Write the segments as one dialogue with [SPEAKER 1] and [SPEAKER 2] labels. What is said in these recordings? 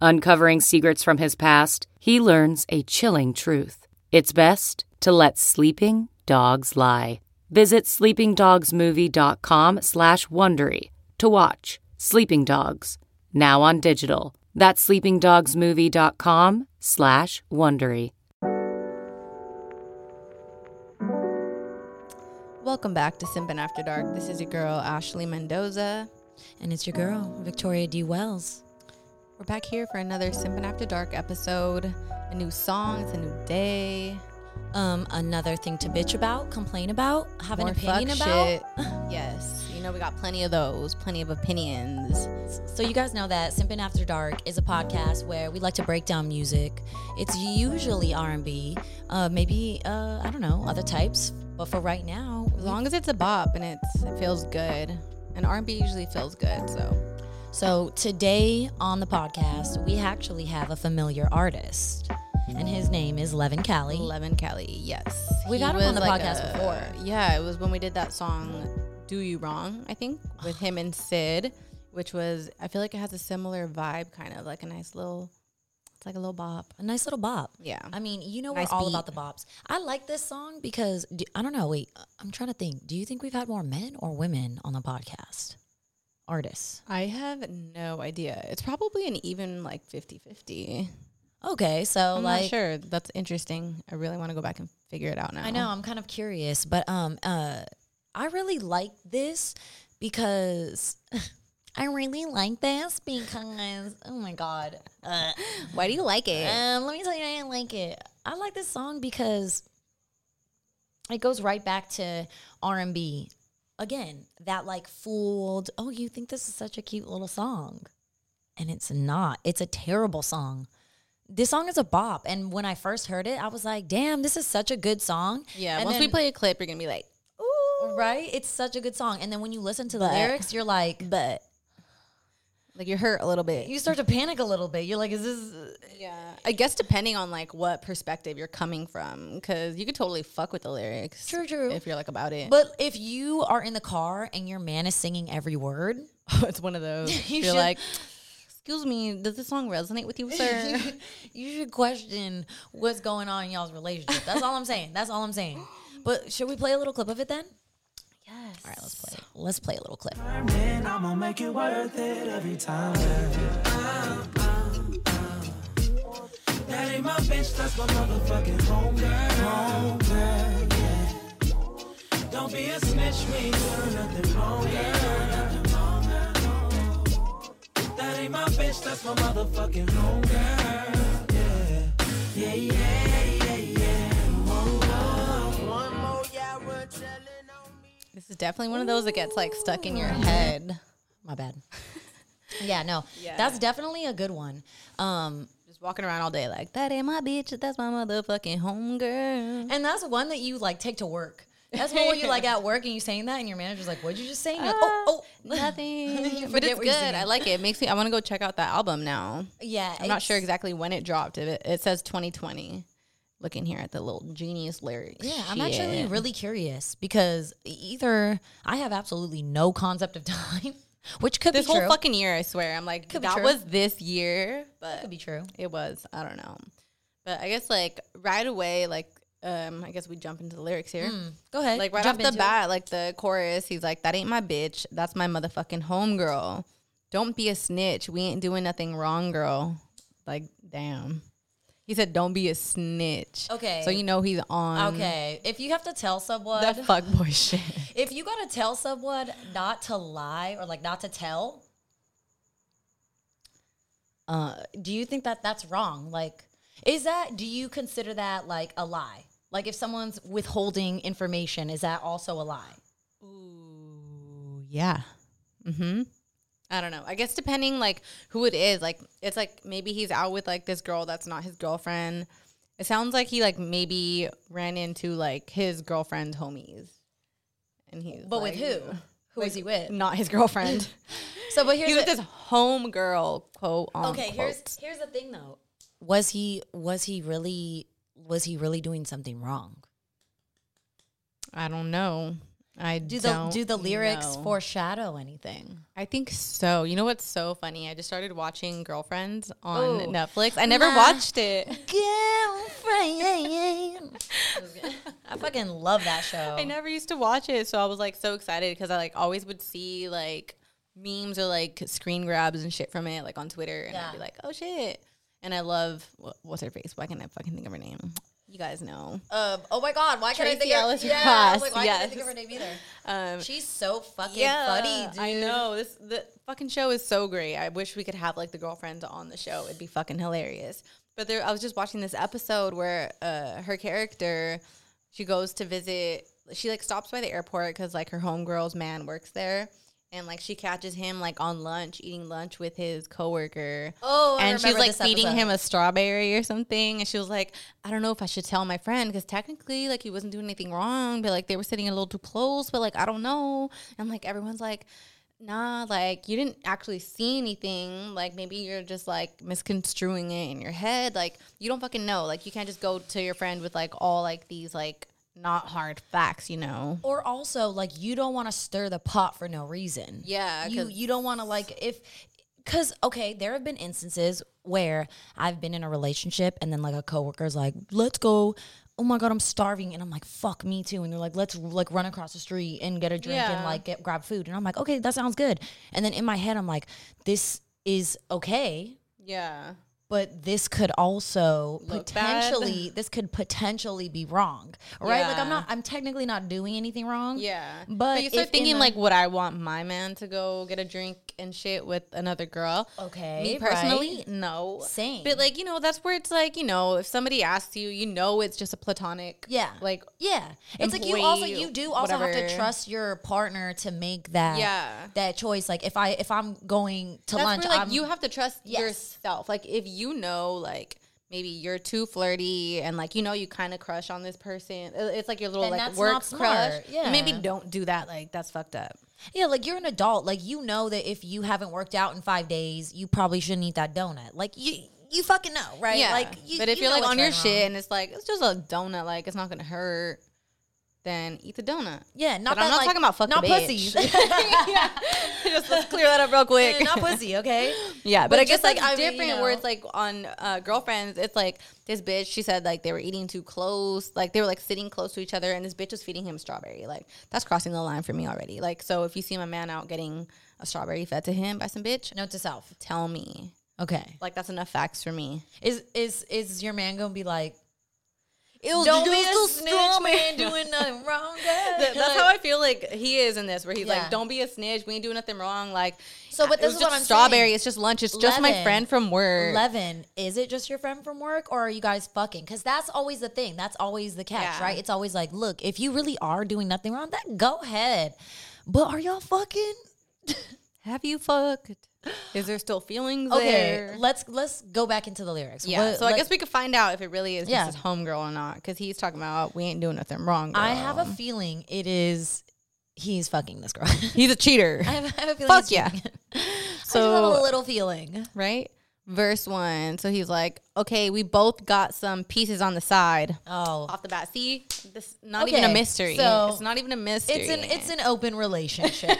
[SPEAKER 1] Uncovering secrets from his past, he learns a chilling truth. It's best to let sleeping dogs lie. Visit sleepingdogsmovie.com slash Wondery to watch Sleeping Dogs, now on digital. That's sleepingdogsmovie.com slash Wondery.
[SPEAKER 2] Welcome back to Simpin' After Dark. This is your girl, Ashley Mendoza.
[SPEAKER 3] And it's your girl, Victoria D. Wells.
[SPEAKER 2] We're back here for another Simpin' After Dark episode. A new song, it's a new day.
[SPEAKER 3] Um, another thing to bitch about, complain about, have
[SPEAKER 2] More
[SPEAKER 3] an opinion
[SPEAKER 2] fuck
[SPEAKER 3] about.
[SPEAKER 2] shit. yes, you know, we got plenty of those, plenty of opinions.
[SPEAKER 3] So you guys know that Simpin' After Dark is a podcast where we like to break down music. It's usually R&B, uh, maybe uh, I don't know other types, but for right now,
[SPEAKER 2] As long as it's a bop and it's, it feels good. And R&B usually feels good, so.
[SPEAKER 3] So today on the podcast, we actually have a familiar artist, and his name is Levin Cali.
[SPEAKER 2] Levin Kelly, yes.
[SPEAKER 3] We
[SPEAKER 2] He
[SPEAKER 3] got him
[SPEAKER 2] was
[SPEAKER 3] on the
[SPEAKER 2] like
[SPEAKER 3] podcast
[SPEAKER 2] a-
[SPEAKER 3] before.
[SPEAKER 2] Yeah, it was when we did that song, Do You Wrong, I think, with him and Sid, which was, I feel like it has a similar vibe, kind of like a nice little, it's like a little bop.
[SPEAKER 3] a nice little bop.
[SPEAKER 2] Yeah.
[SPEAKER 3] I mean, you know,
[SPEAKER 2] Nice
[SPEAKER 3] we're all
[SPEAKER 2] beat.
[SPEAKER 3] about the bops. I like this song because do, I don't know. Wait, uh, I'm trying to think. Do you think we've had more men or women on the podcast? Artists.
[SPEAKER 2] I have no idea. It's probably an even like 50 50.
[SPEAKER 3] Okay, so
[SPEAKER 2] I'm
[SPEAKER 3] like,
[SPEAKER 2] not sure. That's interesting. I really want to go back and figure it out now.
[SPEAKER 3] I know I'm kind of curious, but um, uh, I really like this because. I really like this because oh my god, uh,
[SPEAKER 2] Why do you like it?
[SPEAKER 3] Um, let me tell you, I didn't like it. I like this song because it goes right back to R and B. Again, that like fooled. Oh, you think this is such a cute little song, and it's not. It's a terrible song. This song is a bop, and when I first heard it, I was like, "Damn, this is such a good song."
[SPEAKER 2] yeah.
[SPEAKER 3] And
[SPEAKER 2] once we
[SPEAKER 3] then-
[SPEAKER 2] play a clip, you're going to be like,
[SPEAKER 3] Ooh, right? It's such a good song, and then when you listen to the
[SPEAKER 2] But-
[SPEAKER 3] lyrics, you're like,
[SPEAKER 2] but. Like you're hurt a little bit.
[SPEAKER 3] you start to panic a little bit. You're like, "Is this?"
[SPEAKER 2] yeah. I guess depending on like what perspective you're coming from, because you could totally fuck with the lyrics.
[SPEAKER 3] True, true.
[SPEAKER 2] If you're like about it.
[SPEAKER 3] But if you are in the car and your man is singing every word,
[SPEAKER 2] it's one of those.
[SPEAKER 3] You
[SPEAKER 2] you are
[SPEAKER 3] should-
[SPEAKER 2] like, excuse me, does this song resonate with you, sir?
[SPEAKER 3] you should question what's going on in y'all's relationship. That's all I'm saying. That's all I'm saying. But should we play a little clip of it then?
[SPEAKER 2] yes.
[SPEAKER 3] All right, let's play. it. Let's play a little clip.
[SPEAKER 4] Man, I'm gonna make it worth it every time. yeah. That ain't my bitch, that's my motherfucking homegirl. Homegirl, yeah. Don't be a snitch, we ain't doing nothing wrong, girl. That ain't my bitch, that's my motherfucking homegirl. Yeah, yeah, yeah, yeah, yeah. One more hour chillin' on me.
[SPEAKER 2] This is definitely one of those that gets like stuck in your head.
[SPEAKER 3] My bad. Yeah, no, that's definitely a good one. Um,
[SPEAKER 2] Just walking around all day like that ain't my bitch. That's my motherfucking homegirl.
[SPEAKER 3] and that's one that you like take to work. That's one where you like at work and you saying that, and your manager's like, "What'd you just say?" And you're like,
[SPEAKER 2] Uh,
[SPEAKER 3] oh, oh,
[SPEAKER 2] Nothing. but
[SPEAKER 3] forget
[SPEAKER 2] it's
[SPEAKER 3] what you're
[SPEAKER 2] good.
[SPEAKER 3] singing.
[SPEAKER 2] I like it. It makes me. I want to go check out that album now.
[SPEAKER 3] yeah.
[SPEAKER 2] I'm not sure
[SPEAKER 3] it's-
[SPEAKER 2] exactly when it dropped. It, it says 2020. Looking here at the little genius lyrics.
[SPEAKER 3] Yeah, I'm actually really curious because e-, either I have absolutely no concept of time, which could
[SPEAKER 2] This
[SPEAKER 3] be
[SPEAKER 2] whole
[SPEAKER 3] true.
[SPEAKER 2] fucking year, I swear. I'm like,
[SPEAKER 3] Could be
[SPEAKER 2] that
[SPEAKER 3] true.
[SPEAKER 2] was this year, but
[SPEAKER 3] could be true.
[SPEAKER 2] it was. I don't know. But I guess like right away, like um, I guess we jump into the lyrics here.
[SPEAKER 3] Go ahead.
[SPEAKER 2] Like right
[SPEAKER 3] Hmm.
[SPEAKER 2] off
[SPEAKER 3] jump
[SPEAKER 2] the
[SPEAKER 3] into it.
[SPEAKER 2] bat, like the chorus, he's like, "That ain't my bitch. That's my motherfucking homegirl. Don't be a snitch. We ain't doing nothing wrong, girl." Like, damn. He said, "Don't be a snitch."
[SPEAKER 3] Okay.
[SPEAKER 2] So you know he's on
[SPEAKER 3] Okay, if you have to tell someone,
[SPEAKER 2] that fuckboy shit.
[SPEAKER 3] if you gotta tell someone not to lie or like not to tell, uh, do you think that that's wrong? Like, is that do you consider that like a lie? Like, if someone's withholding information, is that also a lie?
[SPEAKER 2] Ooh, yeah. Mm-hmm. I don't know. I guess depending like who it is, like it's like maybe he's out with like this girl that's not his girlfriend. It sounds like he like maybe ran into like his girlfriend's homies, and he.
[SPEAKER 3] But with who? Who is he with?
[SPEAKER 2] Not his girlfriend.
[SPEAKER 3] So, but here's
[SPEAKER 2] he's with
[SPEAKER 3] the-
[SPEAKER 2] this home girl quote.
[SPEAKER 3] okay. Here's here's the thing though. Was he was he really was he really doing something wrong?
[SPEAKER 2] I don't know. I
[SPEAKER 3] Do the
[SPEAKER 2] don't
[SPEAKER 3] do the lyrics
[SPEAKER 2] know.
[SPEAKER 3] foreshadow anything?
[SPEAKER 2] I think so. You know what's so funny? I just started watching Girlfriends on
[SPEAKER 3] Oh.
[SPEAKER 2] Netflix. I never
[SPEAKER 3] Nah.
[SPEAKER 2] watched it.
[SPEAKER 3] girlfriend. I fucking love that show.
[SPEAKER 2] I never used to watch it, so I was like so excited because I like always would see like memes or like screen grabs and shit from it, like on Twitter, and I'd be
[SPEAKER 3] Yeah.
[SPEAKER 2] like, oh shit. And I love wh- what's her face. Why can't I fucking think of her name? You guys know.
[SPEAKER 3] Um, oh my god, why can't I
[SPEAKER 2] Tracy
[SPEAKER 3] think of
[SPEAKER 2] Ellis
[SPEAKER 3] yeah, I
[SPEAKER 2] Ross,
[SPEAKER 3] was like, why can't I think of her
[SPEAKER 2] yes.
[SPEAKER 3] name either?
[SPEAKER 2] Um,
[SPEAKER 3] She's so fucking funny, dude.
[SPEAKER 2] I know this. The fucking show is so great. I wish we could have like the girlfriends on the show. It'd be fucking hilarious. But there, I was just watching this episode where uh, her character, she goes to visit. She like stops by the airport because like her homegirl's man works there, and like she catches him like on lunch eating lunch with his coworker.
[SPEAKER 3] Oh, I
[SPEAKER 2] and she was
[SPEAKER 3] remember
[SPEAKER 2] like
[SPEAKER 3] this
[SPEAKER 2] feeding
[SPEAKER 3] episode.
[SPEAKER 2] him a strawberry or something, and she was like, I don't know if I should tell my friend because technically like he wasn't doing anything wrong, but like they were sitting a little too close, but like I don't know, and like everyone's like. Nah, like you didn't actually see anything. Like maybe you're just like misconstruing it in your head. Like you don't fucking know. Like you can't just go to your friend with like all like these like not hard facts, you know?
[SPEAKER 3] Or also, like, you don't want to stir the pot for no reason.
[SPEAKER 2] Yeah,
[SPEAKER 3] you
[SPEAKER 2] 'cause-
[SPEAKER 3] you don't want to like if because okay, there have been instances where I've been in a relationship and then like a coworker's like, let's go. Oh my god, I'm starving, and I'm like, fuck me too. And they're like, let's like run across the street and get a drink and
[SPEAKER 2] Yeah.
[SPEAKER 3] like get grab food. And I'm like, okay, that sounds good. And then in my head, I'm like, this is okay
[SPEAKER 2] Yeah.
[SPEAKER 3] but this could also
[SPEAKER 2] Look bad.
[SPEAKER 3] potentially this could potentially be wrong right like i'm
[SPEAKER 2] Yeah.
[SPEAKER 3] not i'm technically not doing anything wrong
[SPEAKER 2] Yeah.
[SPEAKER 3] But
[SPEAKER 2] you
[SPEAKER 3] if
[SPEAKER 2] start
[SPEAKER 3] in
[SPEAKER 2] thinking
[SPEAKER 3] the-
[SPEAKER 2] like, would I want my man to go get a drink and shit with another girl?
[SPEAKER 3] okay
[SPEAKER 2] Me
[SPEAKER 3] right?
[SPEAKER 2] personally, no.
[SPEAKER 3] Same.
[SPEAKER 2] But like, you know, that's where it's like, you know, if somebody asks you, you know it's just a platonic
[SPEAKER 3] yeah
[SPEAKER 2] like
[SPEAKER 3] yeah it's like you also
[SPEAKER 2] employee,
[SPEAKER 3] you do also have to
[SPEAKER 2] whatever.
[SPEAKER 3] trust your partner to make that
[SPEAKER 2] Yeah.
[SPEAKER 3] that choice like if i if i'm going to
[SPEAKER 2] that's
[SPEAKER 3] lunch
[SPEAKER 2] where, like
[SPEAKER 3] I'm,
[SPEAKER 2] you have to trust
[SPEAKER 3] Yes.
[SPEAKER 2] yourself. Like if you know, like maybe you're too flirty and like you know you kind of crush on this person. i- It's like your little
[SPEAKER 3] Then
[SPEAKER 2] like
[SPEAKER 3] that's
[SPEAKER 2] work
[SPEAKER 3] not smart.
[SPEAKER 2] crush.
[SPEAKER 3] Yeah.
[SPEAKER 2] Maybe don't do that. Like that's fucked up.
[SPEAKER 3] yeah like you're an adult like you know that if you haven't worked out in five days you probably shouldn't eat that donut like you you fucking know right
[SPEAKER 2] Yeah.
[SPEAKER 3] like you,
[SPEAKER 2] but if
[SPEAKER 3] you
[SPEAKER 2] you are
[SPEAKER 3] know
[SPEAKER 2] like
[SPEAKER 3] what's
[SPEAKER 2] on your
[SPEAKER 3] right and wrong.
[SPEAKER 2] shit and it's like it's just a donut, like it's not gonna hurt, then eat the donut.
[SPEAKER 3] yeah not
[SPEAKER 2] But I'm
[SPEAKER 3] that,
[SPEAKER 2] not
[SPEAKER 3] like-
[SPEAKER 2] talking about fucking
[SPEAKER 3] not
[SPEAKER 2] bitch.
[SPEAKER 3] pussies
[SPEAKER 2] yeah. Just let's clear that up real quick.
[SPEAKER 3] Eh, not pussy, okay?
[SPEAKER 2] Yeah, but,
[SPEAKER 3] But
[SPEAKER 2] I guess
[SPEAKER 3] just, like,
[SPEAKER 2] like
[SPEAKER 3] I
[SPEAKER 2] it's
[SPEAKER 3] mean, you
[SPEAKER 2] different where
[SPEAKER 3] know.
[SPEAKER 2] it's like on uh, girlfriends, it's like this bitch. She said like they were eating too close, like they were like sitting close to each other, and this bitch was feeding him strawberry. Like that's crossing the line for me already. Like so, if you see my man out getting a strawberry fed to him by some bitch,
[SPEAKER 3] Note to self.
[SPEAKER 2] tell me.
[SPEAKER 3] Okay.
[SPEAKER 2] Like that's enough facts for me.
[SPEAKER 3] Is is is your man gonna be like?
[SPEAKER 2] It was
[SPEAKER 3] Don't be a snitch. We ain't doing nothing wrong. guys."
[SPEAKER 2] Th- That's how I feel like he is in this, where he's
[SPEAKER 3] Yeah.
[SPEAKER 2] like, "Don't be a snitch. We ain't doing nothing wrong." Like,
[SPEAKER 3] So,
[SPEAKER 2] it
[SPEAKER 3] but
[SPEAKER 2] was
[SPEAKER 3] this is
[SPEAKER 2] just
[SPEAKER 3] what I'm
[SPEAKER 2] strawberry.
[SPEAKER 3] saying.
[SPEAKER 2] It's just lunch. It's just my
[SPEAKER 3] Levin.
[SPEAKER 2] friend from work.
[SPEAKER 3] Eleven. Is it just your friend from work, or are you guys fucking? Because that's always the thing. That's always the catch,
[SPEAKER 2] Yeah.
[SPEAKER 3] right? It's always like, look, if you really are doing nothing wrong, then go ahead. But are y'all fucking?
[SPEAKER 2] Have you fucked? Is there still feelings
[SPEAKER 3] Okay,
[SPEAKER 2] there?
[SPEAKER 3] let's let's go back into the lyrics.
[SPEAKER 2] yeah.
[SPEAKER 3] What-
[SPEAKER 2] so I
[SPEAKER 3] let-
[SPEAKER 2] guess we could find out if it really is
[SPEAKER 3] Yeah.
[SPEAKER 2] just his homegirl or not, because he's talking about we ain't doing nothing wrong.
[SPEAKER 3] I have a
[SPEAKER 2] girl."
[SPEAKER 3] feeling it is. He's fucking this girl.
[SPEAKER 2] he's a cheater,
[SPEAKER 3] I, have, I have a feeling.
[SPEAKER 2] Fuck
[SPEAKER 3] he's
[SPEAKER 2] yeah.
[SPEAKER 3] cheating. I just have a
[SPEAKER 2] So-
[SPEAKER 3] little feeling.
[SPEAKER 2] right? Verse one. So he's like, "Okay, we both got some pieces on the side."
[SPEAKER 3] Oh,
[SPEAKER 2] Off the bat, see, this not even
[SPEAKER 3] Okay,
[SPEAKER 2] a mystery.
[SPEAKER 3] so
[SPEAKER 2] it's not even a mystery.
[SPEAKER 3] It's an it's an open relationship.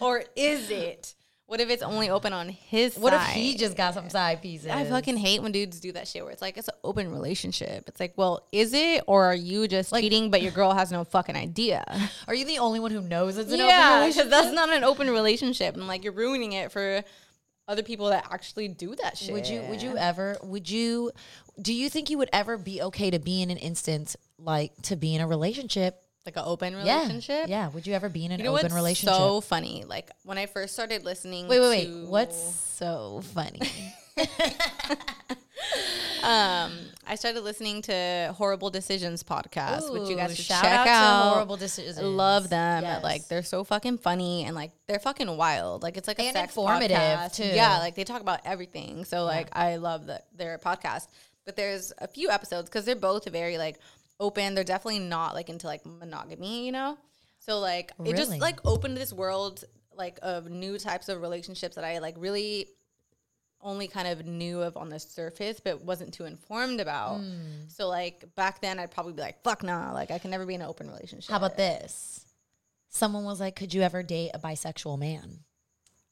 [SPEAKER 2] or is it? What if it's only open on his
[SPEAKER 3] what if
[SPEAKER 2] side?
[SPEAKER 3] he just got some side pieces?
[SPEAKER 2] I fucking hate when dudes do that shit where it's like it's an open relationship. It's like, well, is it or are you just cheating but your girl has no fucking idea?
[SPEAKER 3] Are you the only one who knows it's an open
[SPEAKER 2] yeah, 'cause
[SPEAKER 3] relationship?
[SPEAKER 2] that's not an open relationship and like you're ruining it for other people that actually do that shit.
[SPEAKER 3] Would you would you ever would you do you think you would ever be okay to be in an instance like to be in a relationship?
[SPEAKER 2] like an open
[SPEAKER 3] Yeah.
[SPEAKER 2] relationship?
[SPEAKER 3] Yeah. Would you ever be in an
[SPEAKER 2] You know
[SPEAKER 3] open
[SPEAKER 2] what's
[SPEAKER 3] relationship?
[SPEAKER 2] so funny? Like when I first started listening.
[SPEAKER 3] wait, wait, wait.
[SPEAKER 2] to-
[SPEAKER 3] What's so funny?
[SPEAKER 2] um? I started listening to Horrible Decisions podcast, which you
[SPEAKER 3] Ooh,
[SPEAKER 2] guys should
[SPEAKER 3] shout
[SPEAKER 2] check
[SPEAKER 3] out
[SPEAKER 2] out.
[SPEAKER 3] to Horrible Decisions.
[SPEAKER 2] I love them.
[SPEAKER 3] Yes.
[SPEAKER 2] Like they're so fucking funny and like they're fucking wild. Like it's like a
[SPEAKER 3] And
[SPEAKER 2] sex
[SPEAKER 3] informative,
[SPEAKER 2] podcast.
[SPEAKER 3] too.
[SPEAKER 2] Yeah, like they talk about everything. So like I love the, their podcast. But there's a few episodes because they're both very like open. They're definitely not like into like monogamy, you know. So like it just
[SPEAKER 3] Really?
[SPEAKER 2] like opened this world like of new types of relationships that I like really only kind of knew of on the surface but wasn't too informed about.
[SPEAKER 3] Hmm.
[SPEAKER 2] So like back then I'd probably be like, fuck nah, like I can never be in an open relationship.
[SPEAKER 3] How about this? Someone was like, "Could you ever date a bisexual man?"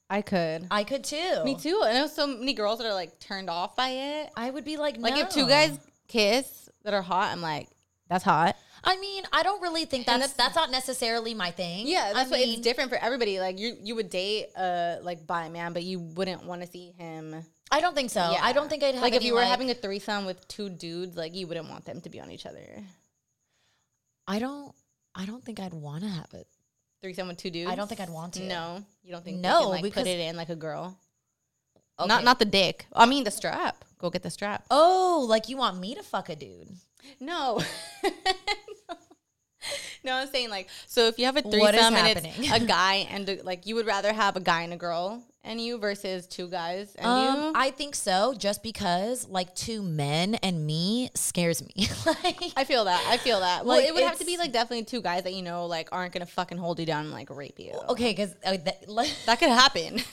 [SPEAKER 2] I could.
[SPEAKER 3] I could too.
[SPEAKER 2] Me too. I know so many girls that are like turned off by it.
[SPEAKER 3] I would be like,
[SPEAKER 2] Like
[SPEAKER 3] no.
[SPEAKER 2] if two guys kiss that are hot, I'm like, that's hot.
[SPEAKER 3] I mean, I don't really think
[SPEAKER 2] And
[SPEAKER 3] that's that's not necessarily my thing.
[SPEAKER 2] Yeah, that's
[SPEAKER 3] I
[SPEAKER 2] why
[SPEAKER 3] mean,
[SPEAKER 2] it's different for everybody. Like you, you would date a like bi man, but you wouldn't want to see him.
[SPEAKER 3] I don't think so. I don't think I'd have
[SPEAKER 2] like if
[SPEAKER 3] any,
[SPEAKER 2] you were
[SPEAKER 3] like-
[SPEAKER 2] having a threesome with two dudes, like you wouldn't want them to be on each other.
[SPEAKER 3] I don't. I don't think I'd want to have it.
[SPEAKER 2] Threesome with two dudes.
[SPEAKER 3] I don't think I'd want to.
[SPEAKER 2] No, you don't think
[SPEAKER 3] No,
[SPEAKER 2] no. They can, like,
[SPEAKER 3] because-
[SPEAKER 2] put it in like a girl.
[SPEAKER 3] Okay.
[SPEAKER 2] Not not the dick. I mean the strap. Go get the strap.
[SPEAKER 3] Oh, like you want me to fuck a dude?
[SPEAKER 2] No. No, I'm saying like, so if you have a
[SPEAKER 3] What
[SPEAKER 2] threesome
[SPEAKER 3] is
[SPEAKER 2] and
[SPEAKER 3] happening?
[SPEAKER 2] it's a guy and a, like, you would rather have a guy and a girl and you versus two guys and you.
[SPEAKER 3] Um, I think so. Just because like two men and me scares me. like
[SPEAKER 2] I feel that. I feel that. Well,
[SPEAKER 3] Like,
[SPEAKER 2] it would have to
[SPEAKER 3] it's-
[SPEAKER 2] be like definitely two guys that you know like aren't gonna fucking hold you down and like rape you.
[SPEAKER 3] okay, because uh, that, like,
[SPEAKER 2] That could happen.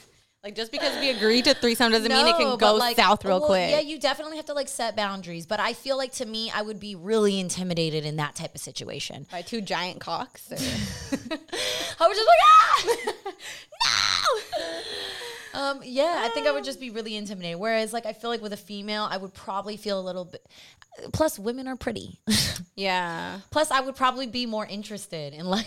[SPEAKER 2] like just because we agree to threesome doesn't mean it
[SPEAKER 3] No,
[SPEAKER 2] can
[SPEAKER 3] but,
[SPEAKER 2] go
[SPEAKER 3] like,
[SPEAKER 2] south real
[SPEAKER 3] well,
[SPEAKER 2] quick.
[SPEAKER 3] Yeah, you definitely have to like set boundaries. But I feel like to me, I would be really intimidated in that type of situation.
[SPEAKER 2] By two giant cocks. or-
[SPEAKER 3] I was just like, ah, no. Um, yeah, I think I would just be really intimidated. Whereas, like, I feel like with a female, I would probably feel a little bit. Plus, women are pretty.
[SPEAKER 2] yeah.
[SPEAKER 3] Plus, I would probably be more interested in like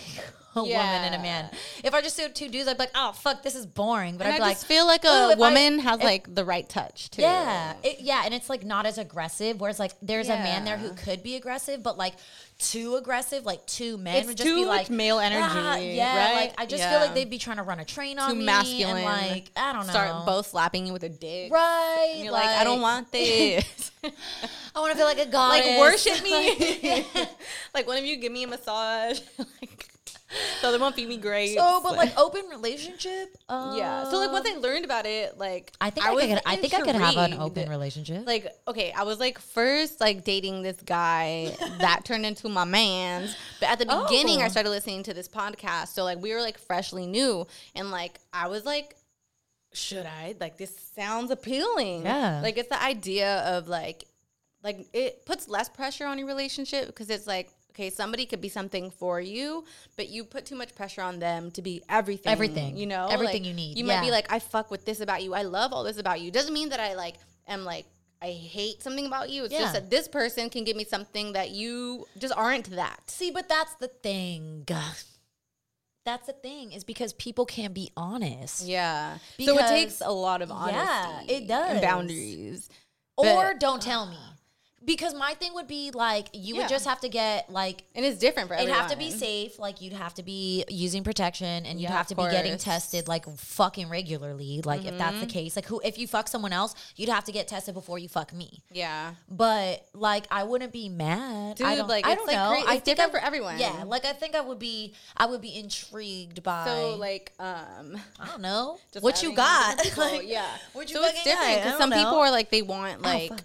[SPEAKER 3] a woman and a
[SPEAKER 2] Yeah.
[SPEAKER 3] man. If I just saw two dudes, I'd be like, oh fuck, this is boring. But
[SPEAKER 2] And
[SPEAKER 3] I'd
[SPEAKER 2] I
[SPEAKER 3] be like,
[SPEAKER 2] just feel like
[SPEAKER 3] "Ooh,
[SPEAKER 2] a
[SPEAKER 3] if I-
[SPEAKER 2] woman has like the right touch too.
[SPEAKER 3] Yeah, it, yeah, and it's like not as aggressive. Whereas like there's a man there who
[SPEAKER 2] Yeah.
[SPEAKER 3] could be aggressive, but like too aggressive, like two men
[SPEAKER 2] It's
[SPEAKER 3] would just
[SPEAKER 2] too
[SPEAKER 3] be
[SPEAKER 2] much
[SPEAKER 3] like
[SPEAKER 2] male energy,
[SPEAKER 3] "Ah," yeah,
[SPEAKER 2] right?
[SPEAKER 3] like I just
[SPEAKER 2] Yeah.
[SPEAKER 3] feel like they'd be trying to run a train on
[SPEAKER 2] Too
[SPEAKER 3] me. and,
[SPEAKER 2] masculine.
[SPEAKER 3] like I don't know.
[SPEAKER 2] Start both slapping you with a dick.
[SPEAKER 3] right.
[SPEAKER 2] And you're like, I don't want this.
[SPEAKER 3] I want to feel like a
[SPEAKER 2] like
[SPEAKER 3] goddess.
[SPEAKER 2] worship me. like one of you give me a massage. like the other one feed me grapes.
[SPEAKER 3] so, but like open relationship. Um,
[SPEAKER 2] yeah. So like once I learned about it, like
[SPEAKER 3] I think I,
[SPEAKER 2] was
[SPEAKER 3] could. I think I could have an open
[SPEAKER 2] intrigued.
[SPEAKER 3] relationship.
[SPEAKER 2] Like okay, I was like first like dating this guy that turned into my man's, but at the beginning
[SPEAKER 3] Oh.
[SPEAKER 2] I started listening to this podcast. So like we were like freshly new, and like I was like should I? Like this sounds appealing.
[SPEAKER 3] Yeah.
[SPEAKER 2] Like it's the idea of like like it puts less pressure on your relationship because it's like okay, somebody could be something for you, but you put too much pressure on them to be everything.
[SPEAKER 3] Everything.
[SPEAKER 2] You know?
[SPEAKER 3] Everything
[SPEAKER 2] Like,
[SPEAKER 3] you need.
[SPEAKER 2] You might be
[SPEAKER 3] Yeah.
[SPEAKER 2] like, I fuck with this about you. I love all this about you. Doesn't mean that I like am like I hate something about you. It's
[SPEAKER 3] Yeah.
[SPEAKER 2] just that this person can give me something that you just aren't that.
[SPEAKER 3] See, but that's the thing. That's the thing is because people can be honest.
[SPEAKER 2] Yeah. so it
[SPEAKER 3] Because-
[SPEAKER 2] takes a lot of honesty.
[SPEAKER 3] Yeah, it
[SPEAKER 2] And
[SPEAKER 3] does.
[SPEAKER 2] boundaries.
[SPEAKER 3] or
[SPEAKER 2] But-
[SPEAKER 3] don't tell me because my thing would be like you
[SPEAKER 2] Yeah.
[SPEAKER 3] would just have to get like
[SPEAKER 2] And it's different for
[SPEAKER 3] it'd
[SPEAKER 2] everyone.
[SPEAKER 3] have to be safe like you'd have to be using protection and you'd
[SPEAKER 2] Yeah,
[SPEAKER 3] have
[SPEAKER 2] of
[SPEAKER 3] to be getting
[SPEAKER 2] course. Mm-hmm.
[SPEAKER 3] tested like fucking regularly like if that's the case like who if you fuck someone else you'd have to get tested before you fuck me
[SPEAKER 2] Yeah.
[SPEAKER 3] but like I wouldn't be mad I
[SPEAKER 2] Dude,
[SPEAKER 3] don't,
[SPEAKER 2] like,
[SPEAKER 3] I
[SPEAKER 2] it's,
[SPEAKER 3] don't
[SPEAKER 2] like,
[SPEAKER 3] know
[SPEAKER 2] cra- it's
[SPEAKER 3] I think
[SPEAKER 2] different
[SPEAKER 3] I-
[SPEAKER 2] for everyone.
[SPEAKER 3] yeah like I think I would be I would be intrigued by
[SPEAKER 2] So like um
[SPEAKER 3] I don't know
[SPEAKER 2] just
[SPEAKER 3] what you
[SPEAKER 2] having different
[SPEAKER 3] got
[SPEAKER 2] people,
[SPEAKER 3] like,
[SPEAKER 2] yeah.
[SPEAKER 3] what you
[SPEAKER 2] so it's
[SPEAKER 3] fucking got?
[SPEAKER 2] different
[SPEAKER 3] I
[SPEAKER 2] because
[SPEAKER 3] don't
[SPEAKER 2] some people
[SPEAKER 3] know. Oh,
[SPEAKER 2] are like they want like
[SPEAKER 3] fuck.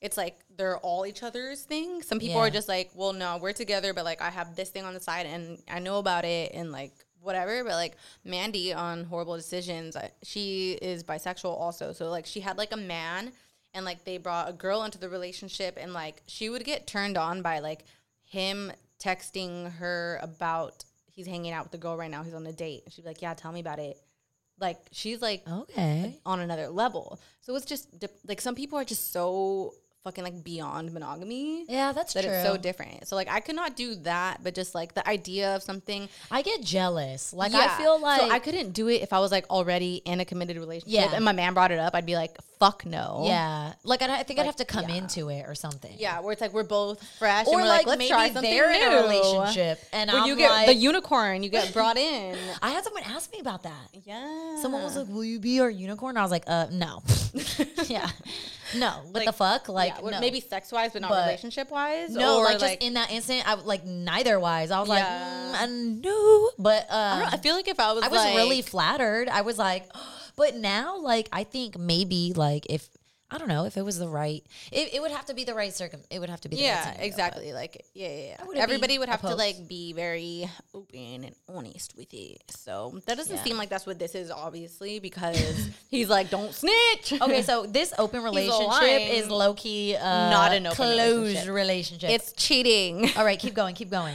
[SPEAKER 2] it's like they're all each other's thing. Some people
[SPEAKER 3] Yeah.
[SPEAKER 2] are just like, well, no, we're together, but like I have this thing on the side and I know about it and like whatever. But like Mandy on Horrible Decisions, I- she is bisexual also. So like she had like a man and like they brought a girl into the relationship and like she would get turned on by like him texting her about he's hanging out with the girl right now. He's on a date. And she'd be like, yeah, tell me about it. Like she's like
[SPEAKER 3] okay
[SPEAKER 2] on another level. So it's just dep- like some people are just so fucking like beyond monogamy.
[SPEAKER 3] Yeah, that's
[SPEAKER 2] that
[SPEAKER 3] true.
[SPEAKER 2] it's so different. So like I could not do that, but just like the idea of something
[SPEAKER 3] I get jealous. Like
[SPEAKER 2] Yeah.
[SPEAKER 3] I feel like
[SPEAKER 2] so I couldn't do it if I was like already in a committed relationship
[SPEAKER 3] Yeah.
[SPEAKER 2] and my man brought it up, I'd be like, fuck no.
[SPEAKER 3] Yeah, like I'd, I think I'd
[SPEAKER 2] Like,
[SPEAKER 3] have to come
[SPEAKER 2] yeah.
[SPEAKER 3] into it or something.
[SPEAKER 2] Yeah, where it's like we're both fresh and
[SPEAKER 3] or
[SPEAKER 2] we're
[SPEAKER 3] like,
[SPEAKER 2] like, let's
[SPEAKER 3] maybe
[SPEAKER 2] try something
[SPEAKER 3] they're
[SPEAKER 2] new.
[SPEAKER 3] in a relationship, and
[SPEAKER 2] Where
[SPEAKER 3] I'm
[SPEAKER 2] you get
[SPEAKER 3] like,
[SPEAKER 2] the unicorn, you get brought in.
[SPEAKER 3] I had someone ask me about that.
[SPEAKER 2] yeah.
[SPEAKER 3] Someone was like, "Will you be our unicorn?" I was like, "Uh, no, yeah, no. What the
[SPEAKER 2] Like,
[SPEAKER 3] fuck? Like,
[SPEAKER 2] yeah, what-
[SPEAKER 3] no.
[SPEAKER 2] maybe sex wise, but not
[SPEAKER 3] But-
[SPEAKER 2] relationship wise.
[SPEAKER 3] no.
[SPEAKER 2] or
[SPEAKER 3] like, just in that instant, I like neither wise. I was like,
[SPEAKER 2] Yeah.
[SPEAKER 3] mm, I knew, but uh,
[SPEAKER 2] I, don't know, I feel like if I was,
[SPEAKER 3] I was
[SPEAKER 2] like-
[SPEAKER 3] really flattered. I was like, but now, like, I think maybe, like, if I don't know, if it was the right, it, it would have to be the right circum. It would have to be. The right
[SPEAKER 2] yeah,
[SPEAKER 3] scenario,
[SPEAKER 2] exactly. Like, yeah, yeah, yeah.
[SPEAKER 3] wouldn't
[SPEAKER 2] Everybody
[SPEAKER 3] be
[SPEAKER 2] would have to
[SPEAKER 3] opposed.
[SPEAKER 2] like be very open and honest with it. So that doesn't
[SPEAKER 3] Yeah.
[SPEAKER 2] seem like that's what this is, obviously, because he's like, don't snitch.
[SPEAKER 3] but- Okay, so this open relationship
[SPEAKER 2] lying.
[SPEAKER 3] is low key, uh,
[SPEAKER 2] Not an open
[SPEAKER 3] closed
[SPEAKER 2] relationship.
[SPEAKER 3] relationship.
[SPEAKER 2] it's cheating.
[SPEAKER 3] all right. Keep going. Keep going.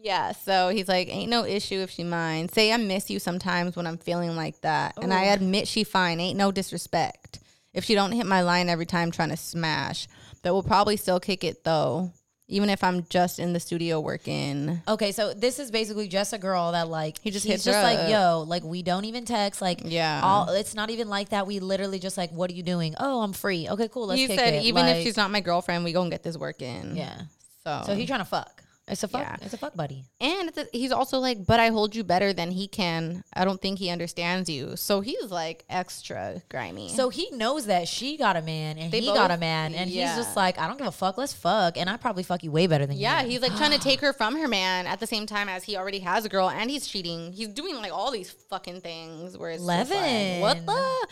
[SPEAKER 2] Yeah, so he's like, ain't no issue if she mine. Say I miss you sometimes when I'm feeling like that. And I admit she fine, ain't no disrespect. If she don't hit my line every time trying to smash, but we'll probably still kick it though, even if I'm just in the studio working.
[SPEAKER 3] Okay, so this is basically just a girl that like
[SPEAKER 2] He just
[SPEAKER 3] he's
[SPEAKER 2] hits
[SPEAKER 3] just
[SPEAKER 2] her
[SPEAKER 3] like
[SPEAKER 2] up.
[SPEAKER 3] yo, like we don't even text, like
[SPEAKER 2] Yeah.
[SPEAKER 3] all it's not even like that. We literally just like, what are you doing? Oh, I'm free. Okay, cool. Let's
[SPEAKER 2] he
[SPEAKER 3] kick
[SPEAKER 2] said,
[SPEAKER 3] it.
[SPEAKER 2] even if
[SPEAKER 3] Like,
[SPEAKER 2] she's not my girlfriend, we gonna get this work in.
[SPEAKER 3] yeah.
[SPEAKER 2] So,
[SPEAKER 3] So he trying to fuck. It's a fuck.
[SPEAKER 2] Yeah.
[SPEAKER 3] It's a fuck buddy.
[SPEAKER 2] and it's a, he's also like, but I hold you better than he can. I don't think he understands you. So he's like extra grimy.
[SPEAKER 3] So he knows that she got a man and
[SPEAKER 2] They
[SPEAKER 3] he got a
[SPEAKER 2] both-
[SPEAKER 3] man, and
[SPEAKER 2] yeah.
[SPEAKER 3] he's just like, I don't give a fuck. Let's fuck, and I probably fuck you way better than
[SPEAKER 2] Yeah,
[SPEAKER 3] you.
[SPEAKER 2] he's like trying to take her from her man at the same time as he already has a girl and he's cheating. He's doing like all these fucking things where it's just like,
[SPEAKER 3] Levin.
[SPEAKER 2] what the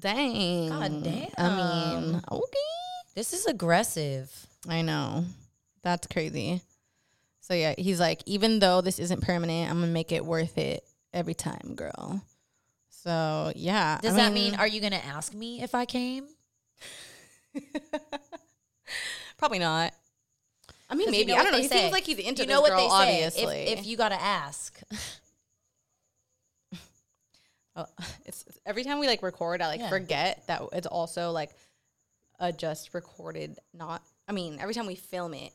[SPEAKER 2] dang.
[SPEAKER 3] God damn.
[SPEAKER 2] I mean, okay.
[SPEAKER 3] this is aggressive.
[SPEAKER 2] I know. That's crazy. So yeah, he's like, even though this isn't permanent, I'm gonna make it worth it every time, girl. So yeah. I
[SPEAKER 3] Does that mean are you gonna ask me if I came?
[SPEAKER 2] probably not? I mean,
[SPEAKER 3] 'Cause you
[SPEAKER 2] maybe I
[SPEAKER 3] what
[SPEAKER 2] don't know.
[SPEAKER 3] they
[SPEAKER 2] He
[SPEAKER 3] say.
[SPEAKER 2] seems like he's into
[SPEAKER 3] You
[SPEAKER 2] this
[SPEAKER 3] know what
[SPEAKER 2] girl,
[SPEAKER 3] they say,
[SPEAKER 2] obviously.
[SPEAKER 3] If, if you gotta ask,
[SPEAKER 2] Oh, it's it's- every time we like record, I like
[SPEAKER 3] Yeah.
[SPEAKER 2] forget that it's also like a just recorded. Not, I mean, every time we film it,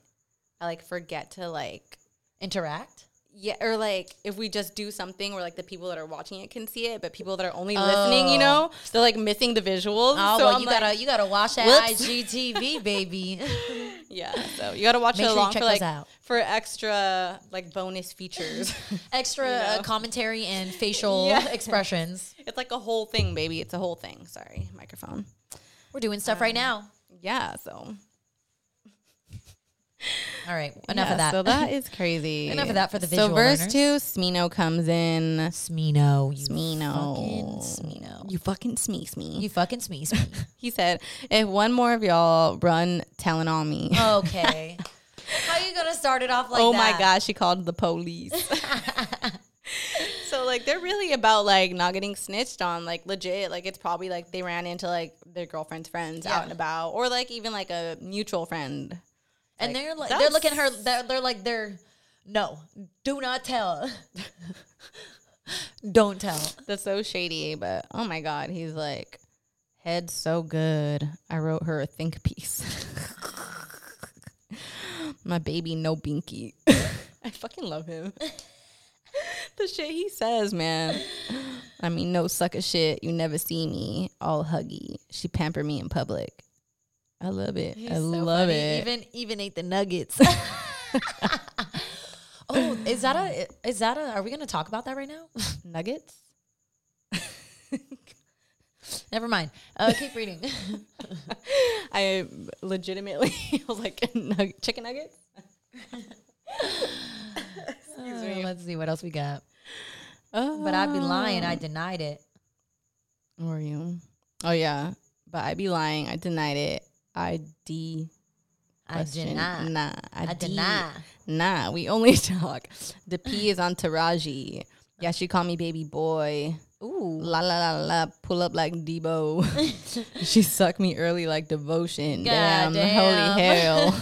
[SPEAKER 2] I like forget to like
[SPEAKER 3] interact.
[SPEAKER 2] yeah, or like if we just do something where like the people that are watching it can see it, but people that are only listening, you know, they're like missing the visuals.
[SPEAKER 3] Oh
[SPEAKER 2] so
[SPEAKER 3] well,
[SPEAKER 2] I'm
[SPEAKER 3] you
[SPEAKER 2] like-
[SPEAKER 3] gotta you gotta watch that
[SPEAKER 2] whoops.
[SPEAKER 3] IGTV, baby.
[SPEAKER 2] yeah. So you gotta watch
[SPEAKER 3] Make
[SPEAKER 2] it
[SPEAKER 3] sure you
[SPEAKER 2] along
[SPEAKER 3] check
[SPEAKER 2] for like
[SPEAKER 3] those out.
[SPEAKER 2] for extra like bonus features.
[SPEAKER 3] Extra uh, commentary and facial
[SPEAKER 2] Yeah.
[SPEAKER 3] expressions.
[SPEAKER 2] it's like a whole thing, baby. It's a whole thing. Sorry, microphone.
[SPEAKER 3] We're doing stuff
[SPEAKER 2] Um,
[SPEAKER 3] right now.
[SPEAKER 2] Yeah. So
[SPEAKER 3] All right, enough
[SPEAKER 2] Yeah,
[SPEAKER 3] of that.
[SPEAKER 2] So that is crazy.
[SPEAKER 3] Enough of that for the
[SPEAKER 2] So
[SPEAKER 3] visual
[SPEAKER 2] verse
[SPEAKER 3] learners.
[SPEAKER 2] two, Smino comes in.
[SPEAKER 3] Smino, you
[SPEAKER 2] Smino,
[SPEAKER 3] fucking Smino,
[SPEAKER 2] you fucking smee smee.
[SPEAKER 3] you fucking Smee. Smee.
[SPEAKER 2] he said, "If one more of y'all run telling on me, oh,
[SPEAKER 3] okay, how you gonna start it off like? that?
[SPEAKER 2] my gosh, she called the police." so like they're really about like not getting snitched on, like legit. Like it's probably like they ran into like their girlfriend's friends
[SPEAKER 3] Yeah.
[SPEAKER 2] out and about, or like even like a mutual friend.
[SPEAKER 3] and
[SPEAKER 2] Like,
[SPEAKER 3] they're like
[SPEAKER 2] that
[SPEAKER 3] they're
[SPEAKER 2] was-
[SPEAKER 3] looking at her. They're, they're like they're no, do not tell. Don't tell.
[SPEAKER 2] That's so shady, but oh my god, he's like head so good. I wrote her a think piece. my baby, no binky. I fucking love him. the shit he says, man. I mean, no sucker shit. You never see me all huggy. She pamper me in public. I love it. I love it.
[SPEAKER 3] Even even ate the nuggets. oh, is that a is that a? Are we gonna talk about that right now?
[SPEAKER 2] Nuggets.
[SPEAKER 3] Never mind. Uh, keep reading.
[SPEAKER 2] I legitimately was like nug- chicken nuggets.
[SPEAKER 3] Uh, let's see what else we got. But I'd be lying.
[SPEAKER 2] Um,
[SPEAKER 3] I denied it.
[SPEAKER 2] Were you? Oh yeah, but I be lying. I denied it. I d
[SPEAKER 3] I
[SPEAKER 2] question.
[SPEAKER 3] deny.
[SPEAKER 2] Nah,
[SPEAKER 3] I
[SPEAKER 2] I, d-
[SPEAKER 3] deny.
[SPEAKER 2] Nah, we only talk. The P is on Taraji. Yeah, she called me baby boy.
[SPEAKER 3] Ooh.
[SPEAKER 2] La la la la. Pull up like Debo. she sucked me early like devotion.
[SPEAKER 3] God
[SPEAKER 2] Damn,
[SPEAKER 3] damn.
[SPEAKER 2] holy hell.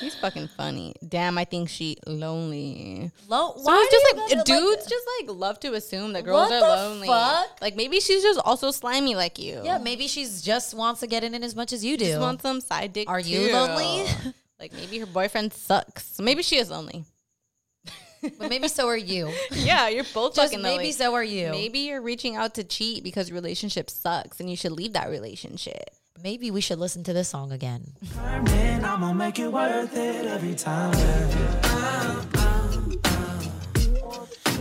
[SPEAKER 2] He's fucking funny. Damn, I think she lonely.
[SPEAKER 3] Low,
[SPEAKER 2] So it's
[SPEAKER 3] do
[SPEAKER 2] just
[SPEAKER 3] you
[SPEAKER 2] like
[SPEAKER 3] gotta,
[SPEAKER 2] dudes just like love to assume that girls are
[SPEAKER 3] What the
[SPEAKER 2] lonely.
[SPEAKER 3] fuck?
[SPEAKER 2] Like maybe she's just also slimy like you.
[SPEAKER 3] yeah, maybe she's just wants to get in it as much as you do.
[SPEAKER 2] Just want some side dick.
[SPEAKER 3] Are you
[SPEAKER 2] too.
[SPEAKER 3] lonely?
[SPEAKER 2] like maybe her boyfriend sucks. Maybe she is lonely.
[SPEAKER 3] but maybe so are you.
[SPEAKER 2] Yeah, you're both
[SPEAKER 3] just
[SPEAKER 2] fucking
[SPEAKER 3] maybe
[SPEAKER 2] lonely.
[SPEAKER 3] so are you. Maybe.
[SPEAKER 2] Maybe you're reaching out to cheat because relationship sucks and you should leave that relationship.
[SPEAKER 3] maybe we should listen to this song again.
[SPEAKER 4] Man, I'm gonna make it worth it every time.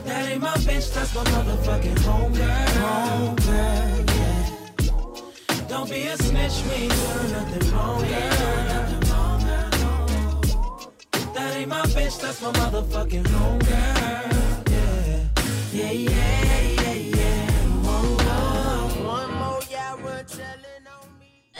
[SPEAKER 4] That ain't my bitch, that's my motherfucking homegirl. Homegirl, yeah. Don't be a snitch, we ain't doing nothing wrong, girl. Nothing wrong, girl, no. That ain't my bitch, that's my motherfucking homegirl. Yeah, yeah, yeah, yeah, yeah. One more, yeah, we're chilling on me.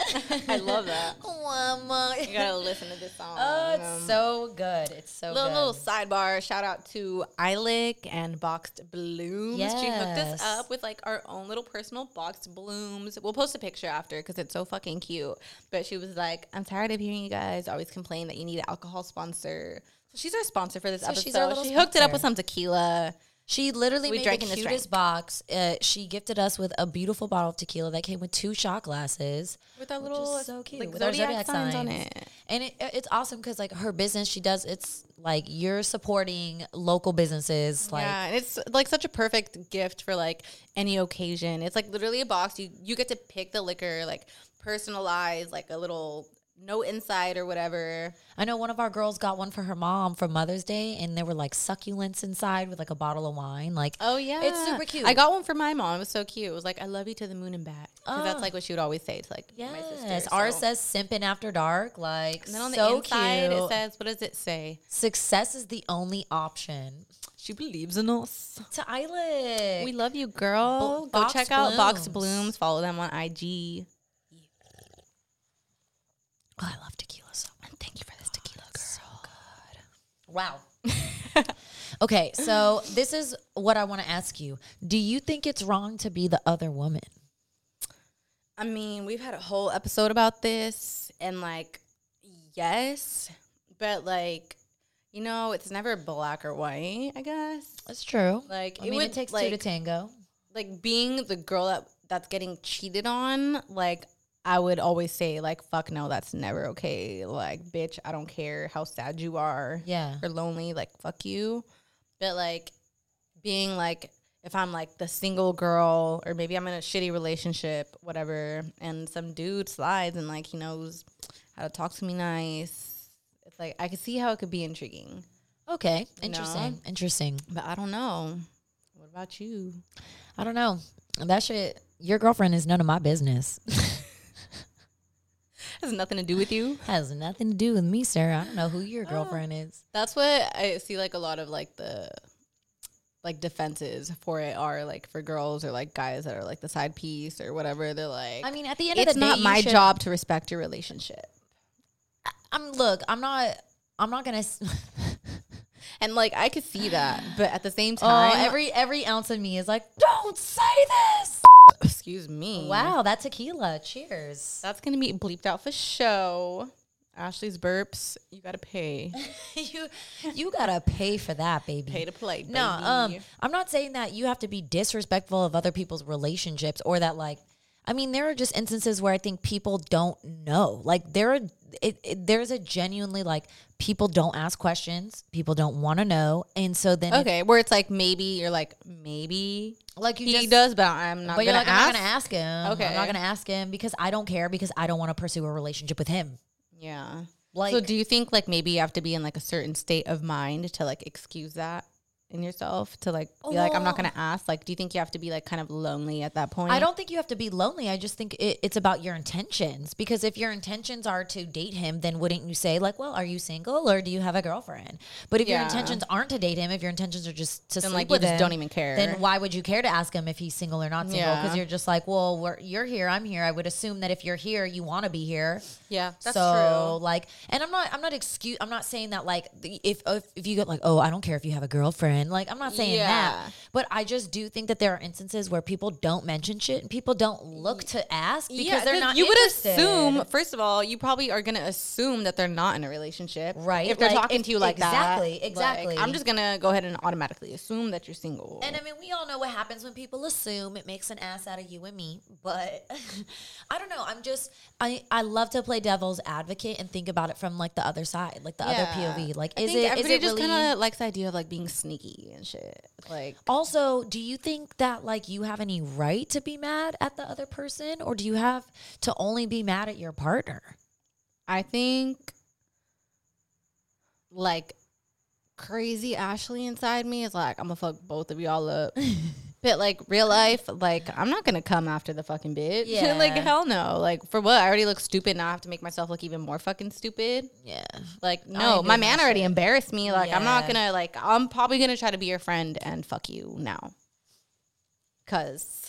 [SPEAKER 2] I love that.
[SPEAKER 3] One more.
[SPEAKER 2] You gotta listen to this song.
[SPEAKER 3] Oh, it's so good. It's so
[SPEAKER 2] little,
[SPEAKER 3] good.
[SPEAKER 2] little sidebar shout out to Ilic and Boxed Blooms. She hooked
[SPEAKER 3] Yes.
[SPEAKER 2] us up with like our own little personal boxed blooms. We'll post a picture after because it's so fucking cute. But she was like, I'm tired of hearing you guys always complain that you need an alcohol sponsor. So she's our sponsor for this
[SPEAKER 3] So
[SPEAKER 2] episode.
[SPEAKER 3] she's our little
[SPEAKER 2] she hooked it up with
[SPEAKER 3] sponsor.
[SPEAKER 2] some tequila.
[SPEAKER 3] She literally
[SPEAKER 2] We
[SPEAKER 3] made the
[SPEAKER 2] drank in this
[SPEAKER 3] cutest
[SPEAKER 2] drink.
[SPEAKER 3] box. Uh, she gifted us with a beautiful bottle of tequila that came with two shot glasses.
[SPEAKER 2] With our
[SPEAKER 3] which
[SPEAKER 2] little uh,
[SPEAKER 3] is so cute
[SPEAKER 2] like,
[SPEAKER 3] with
[SPEAKER 2] zodiac,
[SPEAKER 3] our zodiac
[SPEAKER 2] signs, on
[SPEAKER 3] signs.
[SPEAKER 2] it.
[SPEAKER 3] and it, uh, it's awesome because like her business, she does. It's like you're supporting local businesses. Like
[SPEAKER 2] yeah, and it's like such a perfect gift for like any occasion. It's like literally a box. You you get to pick the liquor, like personalized, like a little no inside or whatever.
[SPEAKER 3] I know one of our girls got one for her mom for Mother's Day, and there were like succulents inside with like a bottle of wine. Like
[SPEAKER 2] Oh yeah,
[SPEAKER 3] it's super cute.
[SPEAKER 2] I got one for my mom. It was so cute. It was like I love you to the moon and back. 'Cause
[SPEAKER 3] Ah.
[SPEAKER 2] that's like what she would always say to like my sister.
[SPEAKER 3] yes, ours
[SPEAKER 2] so-
[SPEAKER 3] says simping after dark. Like
[SPEAKER 2] And then on the
[SPEAKER 3] so
[SPEAKER 2] inside
[SPEAKER 3] cute.
[SPEAKER 2] it says, what does it say?
[SPEAKER 3] Success is the only option.
[SPEAKER 2] She believes in us.
[SPEAKER 3] To Islet,
[SPEAKER 2] We love you, girl.
[SPEAKER 3] Bo-
[SPEAKER 2] Go
[SPEAKER 3] Box
[SPEAKER 2] check out Box
[SPEAKER 3] Blooms.
[SPEAKER 2] Blooms. Follow them on IG.
[SPEAKER 3] Oh, I love tequila so much. Thank you for this tequila, girl. So good. Wow. okay, so this is what I want to ask you. Do you think it's wrong to be the other woman?
[SPEAKER 2] I mean, we've had a whole episode about this, and like, yes, but like, you know, it's never black or white. I guess
[SPEAKER 3] That's true.
[SPEAKER 2] Like,
[SPEAKER 3] I
[SPEAKER 2] it
[SPEAKER 3] mean,
[SPEAKER 2] would,
[SPEAKER 3] it takes two to
[SPEAKER 2] like-
[SPEAKER 3] tango.
[SPEAKER 2] like being the girl that that's getting cheated on. Like, I would always say like, fuck no, that's never okay. Like, bitch, I don't care how sad you are
[SPEAKER 3] Yeah.
[SPEAKER 2] or lonely. Like, fuck you. But like, being like. If I'm like the single girl, or maybe I'm in a shitty relationship, whatever, and some dude slides and like he knows how to talk to me nice. It's like I could see how it could be intriguing,
[SPEAKER 3] Okay. Interesting.
[SPEAKER 2] No.
[SPEAKER 3] Interesting.
[SPEAKER 2] but I don't know. What about you?
[SPEAKER 3] I don't know. That shit, your girlfriend is none of my business.
[SPEAKER 2] has nothing to do with you.
[SPEAKER 3] Has nothing to do with me, sir. I don't know who your girlfriend is.
[SPEAKER 2] That's what I see. Like a lot of like the like defenses for it are like for girls or like guys that are like the side piece or whatever. They're like,
[SPEAKER 3] I mean, at the end
[SPEAKER 2] it's
[SPEAKER 3] of the day,
[SPEAKER 2] not
[SPEAKER 3] you
[SPEAKER 2] my
[SPEAKER 3] should-
[SPEAKER 2] job to respect your relationship.
[SPEAKER 3] I'm look. I'm not. I'm not gonna. s-
[SPEAKER 2] And like I could see that, but at the same
[SPEAKER 3] oh,
[SPEAKER 2] time,
[SPEAKER 3] every every ounce of me is like, don't say this.
[SPEAKER 2] Excuse me.
[SPEAKER 3] Wow, that tequila. Cheers.
[SPEAKER 2] That's gonna be bleeped out for show. Ashley's burps. You gotta pay.
[SPEAKER 3] you you gotta pay for that, baby.
[SPEAKER 2] Pay to play,
[SPEAKER 3] No, um,
[SPEAKER 2] baby.
[SPEAKER 3] I'm not saying that you have to be disrespectful of other people's relationships or that like. I mean, there are just instances where I think people don't know. Like there are, it, it, there's a genuinely like people don't ask questions, people don't want to know, and so then
[SPEAKER 2] okay, where it's like maybe you're like maybe
[SPEAKER 3] Like, you
[SPEAKER 2] he
[SPEAKER 3] just-
[SPEAKER 2] does, but I'm not.
[SPEAKER 3] but you're
[SPEAKER 2] gonna
[SPEAKER 3] like,
[SPEAKER 2] ask.
[SPEAKER 3] I'm not gonna ask him. Okay, I'm
[SPEAKER 2] Okay.
[SPEAKER 3] not gonna ask him because I don't care because I don't want to pursue a relationship with him.
[SPEAKER 2] Yeah.
[SPEAKER 3] Like,
[SPEAKER 2] so do you think like maybe you have to be in like a certain state of mind to like excuse that in yourself to like be like I'm not gonna ask? Like, do you think you have to be like kind of lonely at that point?
[SPEAKER 3] I don't think you have to be lonely. I just think it, it's about your intentions. Because if your intentions are to date him, then wouldn't you say like, "Well, are you single or do you have a girlfriend?" But if your
[SPEAKER 2] Yeah.
[SPEAKER 3] intentions aren't to date him, if your intentions are just to
[SPEAKER 2] Then,
[SPEAKER 3] sleep
[SPEAKER 2] like, you
[SPEAKER 3] with
[SPEAKER 2] just
[SPEAKER 3] him,
[SPEAKER 2] don't even care.
[SPEAKER 3] Then why would you care to ask him if he's single or not single? Because
[SPEAKER 2] Yeah.
[SPEAKER 3] you're just like, "Well, we're, you're here. I'm here. I would assume that if you're here, you want to be here."
[SPEAKER 2] Yeah, that's
[SPEAKER 3] so
[SPEAKER 2] true.
[SPEAKER 3] like, and I'm not, I'm not excuse, I'm not saying that like, the- if, if if you get like, oh, I don't care if you have a girlfriend, like, I'm not saying
[SPEAKER 2] Yeah.
[SPEAKER 3] that, but I just do think that there are instances where people don't mention shit and people don't look to ask because they're not.
[SPEAKER 2] You would
[SPEAKER 3] interested.
[SPEAKER 2] assume, first of all, you probably are gonna assume that they're not in a relationship,
[SPEAKER 3] Right,
[SPEAKER 2] If they're
[SPEAKER 3] like,
[SPEAKER 2] talking
[SPEAKER 3] if-
[SPEAKER 2] to you like
[SPEAKER 3] exactly,
[SPEAKER 2] that, Like,
[SPEAKER 3] exactly.
[SPEAKER 2] I'm just gonna go ahead and automatically assume that you're single.
[SPEAKER 3] And I mean, we all know what happens when people assume it makes an ass out of you and me. But I don't know. I'm just I I love to play devil's advocate and think about it from like the other side, like the other POV. Like,
[SPEAKER 2] I
[SPEAKER 3] is
[SPEAKER 2] think
[SPEAKER 3] it is
[SPEAKER 2] everybody
[SPEAKER 3] it
[SPEAKER 2] just
[SPEAKER 3] really?
[SPEAKER 2] kind of likes the idea of like being sneaky and shit. Like,
[SPEAKER 3] Also, do you think that like you have any right to be mad at the other person or do you have to only be mad at your partner?
[SPEAKER 2] I think like crazy Ashley inside me is like, I'm gonna fuck both of y'all up. but like real life, like I'm not gonna come after the fucking bitch.
[SPEAKER 3] Yeah.
[SPEAKER 2] like hell no. Like for what? I already look stupid. Now I have to make myself look even more fucking stupid.
[SPEAKER 3] Yeah.
[SPEAKER 2] Like no,
[SPEAKER 3] ain't
[SPEAKER 2] my
[SPEAKER 3] doing
[SPEAKER 2] man
[SPEAKER 3] that
[SPEAKER 2] already embarrassed me. Like I'm not
[SPEAKER 3] Yeah.
[SPEAKER 2] gonna like I'm probably gonna try to be your friend and fuck you now. Cause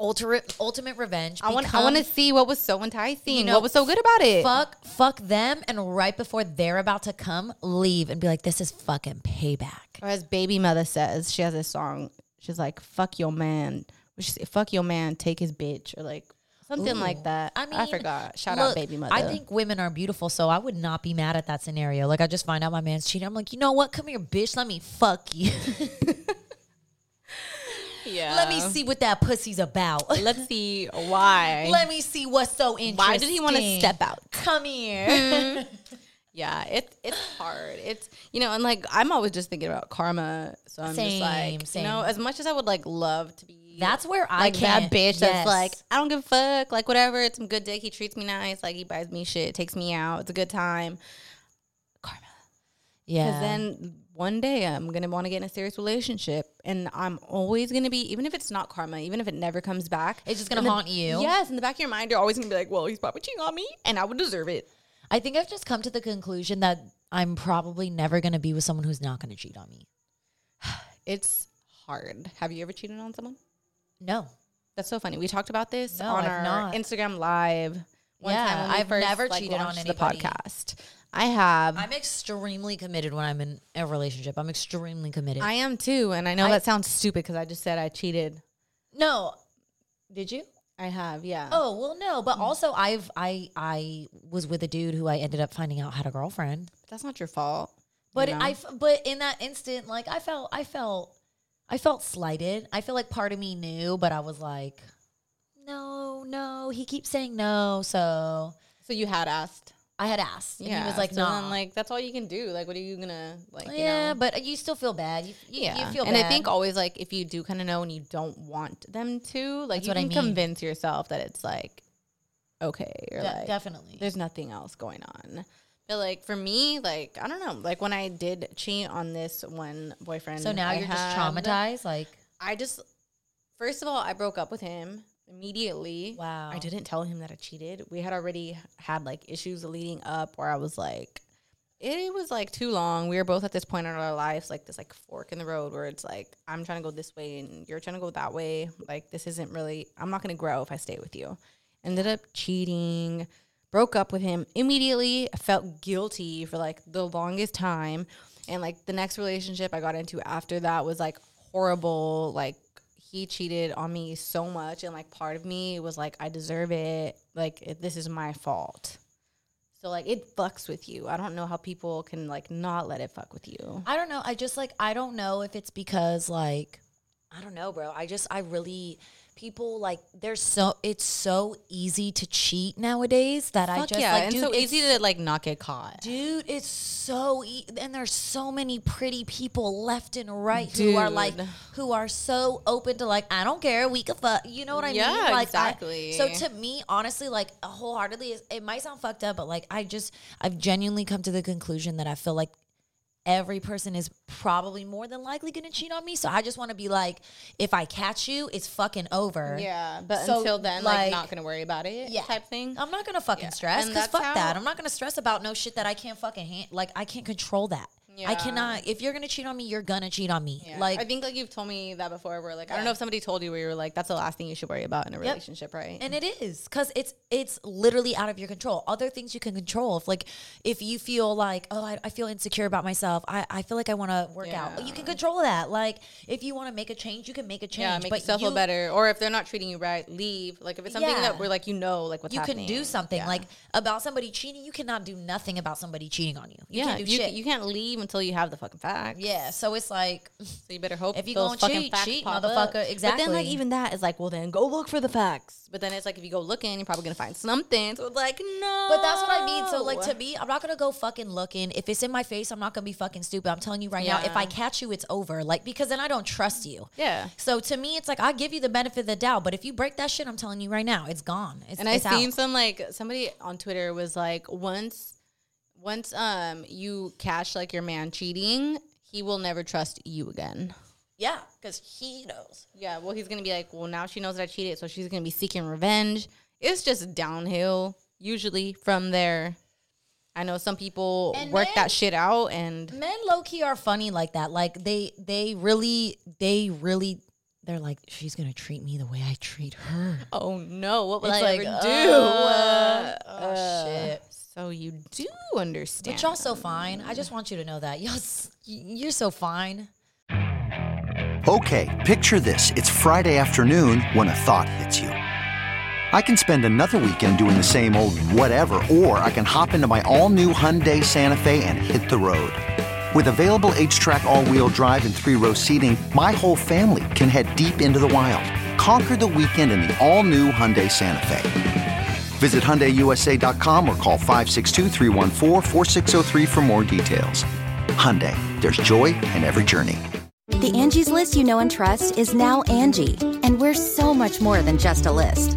[SPEAKER 3] Ultimate ultimate revenge.
[SPEAKER 2] I want I
[SPEAKER 3] Become
[SPEAKER 2] want to see what was so enticing.
[SPEAKER 3] You know,
[SPEAKER 2] what was so good about it?
[SPEAKER 3] fuck fuck them and right before they're about to come, leave and be like this is fucking payback.
[SPEAKER 2] Or as Baby Mother says, she has this song. She's like, "Fuck your man." What She say, "Fuck your man, take his bitch," or like something like that. I mean, I forgot. Shout out
[SPEAKER 3] look,
[SPEAKER 2] Baby Mother.
[SPEAKER 3] I think women are beautiful, so I would not be mad at that scenario. Like I just find out my man's cheating. I'm like, you know what? Come here, bitch. Let me fuck you.
[SPEAKER 2] yeah.
[SPEAKER 3] Let me see what that pussy's about.
[SPEAKER 2] Let's see why.
[SPEAKER 3] Let me see what's so interesting.
[SPEAKER 2] why did he want to step out? Hmm.
[SPEAKER 3] Come here.
[SPEAKER 2] Yeah, it's it's hard. It's you know, and like I'm always just thinking about karma. So I'm just
[SPEAKER 3] Same,
[SPEAKER 2] like,
[SPEAKER 3] same.
[SPEAKER 2] you know, as much as I would like love to be
[SPEAKER 3] That's where I
[SPEAKER 2] like that
[SPEAKER 3] can't-
[SPEAKER 2] bitch
[SPEAKER 3] yes.
[SPEAKER 2] that's like, I don't give a fuck, like whatever. It's some good dick. He treats me nice. Like he buys me shit, takes me out. It's a good time. Because
[SPEAKER 3] Yeah.
[SPEAKER 2] then one day I'm going to want to get in a serious relationship. And I'm always going to be, even if it's not karma, even if it never comes back,
[SPEAKER 3] It's just gonna
[SPEAKER 2] in the-
[SPEAKER 3] haunt you.
[SPEAKER 2] Yes. In the back of your mind, you're always going to be like, well, he's probably cheating on me and I would deserve it.
[SPEAKER 3] I think I've just come to the conclusion that I'm probably never going to be with someone who's not going to cheat on me.
[SPEAKER 2] It's hard. Have you ever cheated on someone?
[SPEAKER 3] No.
[SPEAKER 2] That's so funny. We talked about this
[SPEAKER 3] No,
[SPEAKER 2] on
[SPEAKER 3] I've
[SPEAKER 2] our
[SPEAKER 3] not.
[SPEAKER 2] Instagram live. One
[SPEAKER 3] Yeah,
[SPEAKER 2] time when we
[SPEAKER 3] I've
[SPEAKER 2] first,
[SPEAKER 3] never
[SPEAKER 2] like,
[SPEAKER 3] cheated on
[SPEAKER 2] launched
[SPEAKER 3] anybody.
[SPEAKER 2] The podcast. I have.
[SPEAKER 3] I'm extremely committed when I'm in a relationship. I'm extremely committed.
[SPEAKER 2] I am too. And I know
[SPEAKER 3] I-
[SPEAKER 2] that sounds stupid because I just said I cheated.
[SPEAKER 3] no.
[SPEAKER 2] Did you? I have, yeah.
[SPEAKER 3] Oh, well no, but also I've I I was with a dude who I ended up finding out had a girlfriend.
[SPEAKER 2] That's not your fault.
[SPEAKER 3] But
[SPEAKER 2] you know?
[SPEAKER 3] I f- but in that instant like I felt I felt I felt slighted. I feel like part of me knew, but I was like no, no. He keeps saying no, so
[SPEAKER 2] So you had asked.
[SPEAKER 3] I had asked, and he was like,
[SPEAKER 2] so
[SPEAKER 3] "No,
[SPEAKER 2] then, like that's all you can do. Like, what are you gonna like? you
[SPEAKER 3] yeah,
[SPEAKER 2] know?
[SPEAKER 3] but you still feel bad. You, you, you feel
[SPEAKER 2] and
[SPEAKER 3] bad.
[SPEAKER 2] I think always like if you do kind of know and you don't want them to, like
[SPEAKER 3] That's
[SPEAKER 2] you
[SPEAKER 3] what I
[SPEAKER 2] can
[SPEAKER 3] mean.
[SPEAKER 2] convince yourself that it's like okay, or
[SPEAKER 3] De-
[SPEAKER 2] like
[SPEAKER 3] definitely.
[SPEAKER 2] there's nothing else going on. But like for me, like I don't know, like when I did cheat on this one boyfriend,
[SPEAKER 3] So now
[SPEAKER 2] I
[SPEAKER 3] you're just
[SPEAKER 2] had,
[SPEAKER 3] traumatized. Like,
[SPEAKER 2] I just first of all, I broke up with him immediately.
[SPEAKER 3] Wow.
[SPEAKER 2] I didn't tell him that I cheated. We had already had like issues leading up where I was like it was like too long. We were both at this point in our lives, like this like fork in the road where it's like I'm trying to go this way and you're trying to go that way. Like this isn't really I'm not gonna grow if I stay with you. Ended up cheating, broke up with him immediately, felt guilty for like the longest time. And like the next relationship I got into after that was like horrible. Like he cheated on me so much, and like part of me was like, I deserve it. Like it, this is my fault. So like it fucks with you. I don't know how people can like not let it fuck with you.
[SPEAKER 3] I don't know. I just like I don't know if it's because like I don't know, bro. I just I really people like there's so it's so easy to cheat nowadays that I
[SPEAKER 2] Fuck
[SPEAKER 3] just
[SPEAKER 2] yeah,
[SPEAKER 3] like
[SPEAKER 2] and
[SPEAKER 3] dude,
[SPEAKER 2] so
[SPEAKER 3] it's-
[SPEAKER 2] easy to like not get caught.
[SPEAKER 3] Dude, it's so e- and there's so many pretty people left and right who are like
[SPEAKER 2] Dude.
[SPEAKER 3] who are so open to like I don't care we could fuck you know what I
[SPEAKER 2] Yeah,
[SPEAKER 3] mean like I-
[SPEAKER 2] exactly.
[SPEAKER 3] so to me honestly like wholeheartedly it might sound fucked up but like I just I've genuinely come to the conclusion that I feel like every person is probably more than likely going to cheat on me so I just want to be like if I catch you it's fucking over
[SPEAKER 2] Yeah, but
[SPEAKER 3] So,
[SPEAKER 2] until then, like, not gonna worry about it,
[SPEAKER 3] yeah.
[SPEAKER 2] type thing.
[SPEAKER 3] I'm not gonna fucking
[SPEAKER 2] Yeah.
[SPEAKER 3] stress
[SPEAKER 2] And
[SPEAKER 3] because
[SPEAKER 2] that's
[SPEAKER 3] fuck that.
[SPEAKER 2] how-
[SPEAKER 3] I'm not gonna stress about no shit that I can't fucking hand. Like I can't control that. I
[SPEAKER 2] Yeah.
[SPEAKER 3] cannot. If you're gonna cheat on me, you're gonna cheat on me.
[SPEAKER 2] Yeah.
[SPEAKER 3] Like
[SPEAKER 2] I think like you've told me that before. Where like I
[SPEAKER 3] Yeah.
[SPEAKER 2] don't know if somebody told you where you were like that's the last thing you should worry about in a
[SPEAKER 3] Yep.
[SPEAKER 2] relationship, right?
[SPEAKER 3] And it is because it's it's literally out of your control. Other things you can control. If like if you feel like oh I, I feel insecure about myself. I, I feel like I want to work out.
[SPEAKER 2] Yeah.
[SPEAKER 3] You can control that. Like if you want to make a change, you can make a change.
[SPEAKER 2] yeah, make
[SPEAKER 3] but
[SPEAKER 2] yourself feel
[SPEAKER 3] you-
[SPEAKER 2] better. Or if they're not treating you right, leave. Like if it's something
[SPEAKER 3] Yeah.
[SPEAKER 2] that we're like you know like what's
[SPEAKER 3] you
[SPEAKER 2] happening,
[SPEAKER 3] can do something
[SPEAKER 2] Yeah.
[SPEAKER 3] like about somebody cheating. You cannot do nothing about somebody cheating on you. You
[SPEAKER 2] yeah,
[SPEAKER 3] can't do
[SPEAKER 2] you,
[SPEAKER 3] shit.
[SPEAKER 2] you can't leave until you have the fucking facts.
[SPEAKER 3] yeah, so it's like
[SPEAKER 2] So you better hope
[SPEAKER 3] If you
[SPEAKER 2] those
[SPEAKER 3] gonna
[SPEAKER 2] fucking
[SPEAKER 3] cheat,
[SPEAKER 2] facts
[SPEAKER 3] cheat,
[SPEAKER 2] pop
[SPEAKER 3] motherfucker.
[SPEAKER 2] up. But then
[SPEAKER 3] Exactly.
[SPEAKER 2] like even that is like, well then go look for the facts. But then it's like if you go looking, you're probably gonna find something. So it's like no.
[SPEAKER 3] But that's what I mean. So like to me, I'm not gonna go fucking looking. If it's in my face, I'm not gonna be fucking stupid. I'm telling you right now, if
[SPEAKER 2] Yeah.
[SPEAKER 3] I catch you, it's over. Like because then I don't trust you.
[SPEAKER 2] Yeah.
[SPEAKER 3] So to me, it's like I give you the benefit of the doubt, but if you break that shit, I'm telling you right now, it's gone. It's,
[SPEAKER 2] and I
[SPEAKER 3] it's
[SPEAKER 2] seen
[SPEAKER 3] out.
[SPEAKER 2] some like somebody on Twitter was like once once um you cash like your man cheating, he will never trust you again.
[SPEAKER 3] yeah, because he knows.
[SPEAKER 2] Yeah, well he's gonna be like, well now she knows that I cheated, so she's gonna be seeking revenge. It's just downhill usually from there. I know some people
[SPEAKER 3] And
[SPEAKER 2] work
[SPEAKER 3] then-
[SPEAKER 2] that shit out and
[SPEAKER 3] Men low key are funny like that. Like they they really they really they're like she's gonna treat me the way I treat her.
[SPEAKER 2] oh no, what will
[SPEAKER 3] It's
[SPEAKER 2] I
[SPEAKER 3] like,
[SPEAKER 2] ever do?
[SPEAKER 3] uh, oh, shit.
[SPEAKER 2] So you do understand.
[SPEAKER 3] But y'all so fine. I just want you to know that y'all s- you're so fine.
[SPEAKER 5] Okay, picture this. It's Friday afternoon when a thought hits you. I can spend another weekend doing the same old whatever, or I can hop into my all new Hyundai Santa Fe and hit the road. With available H track, all wheel drive, and three row seating, my whole family can head deep into the wild. Conquer the weekend in the all new Hyundai Santa Fe. Visit HyundaiUSA.com or call 562-314-4603 for more details. Hyundai, there's joy in every journey.
[SPEAKER 6] The Angie's list you know and trust is now Angie, and we're so much more than just a list.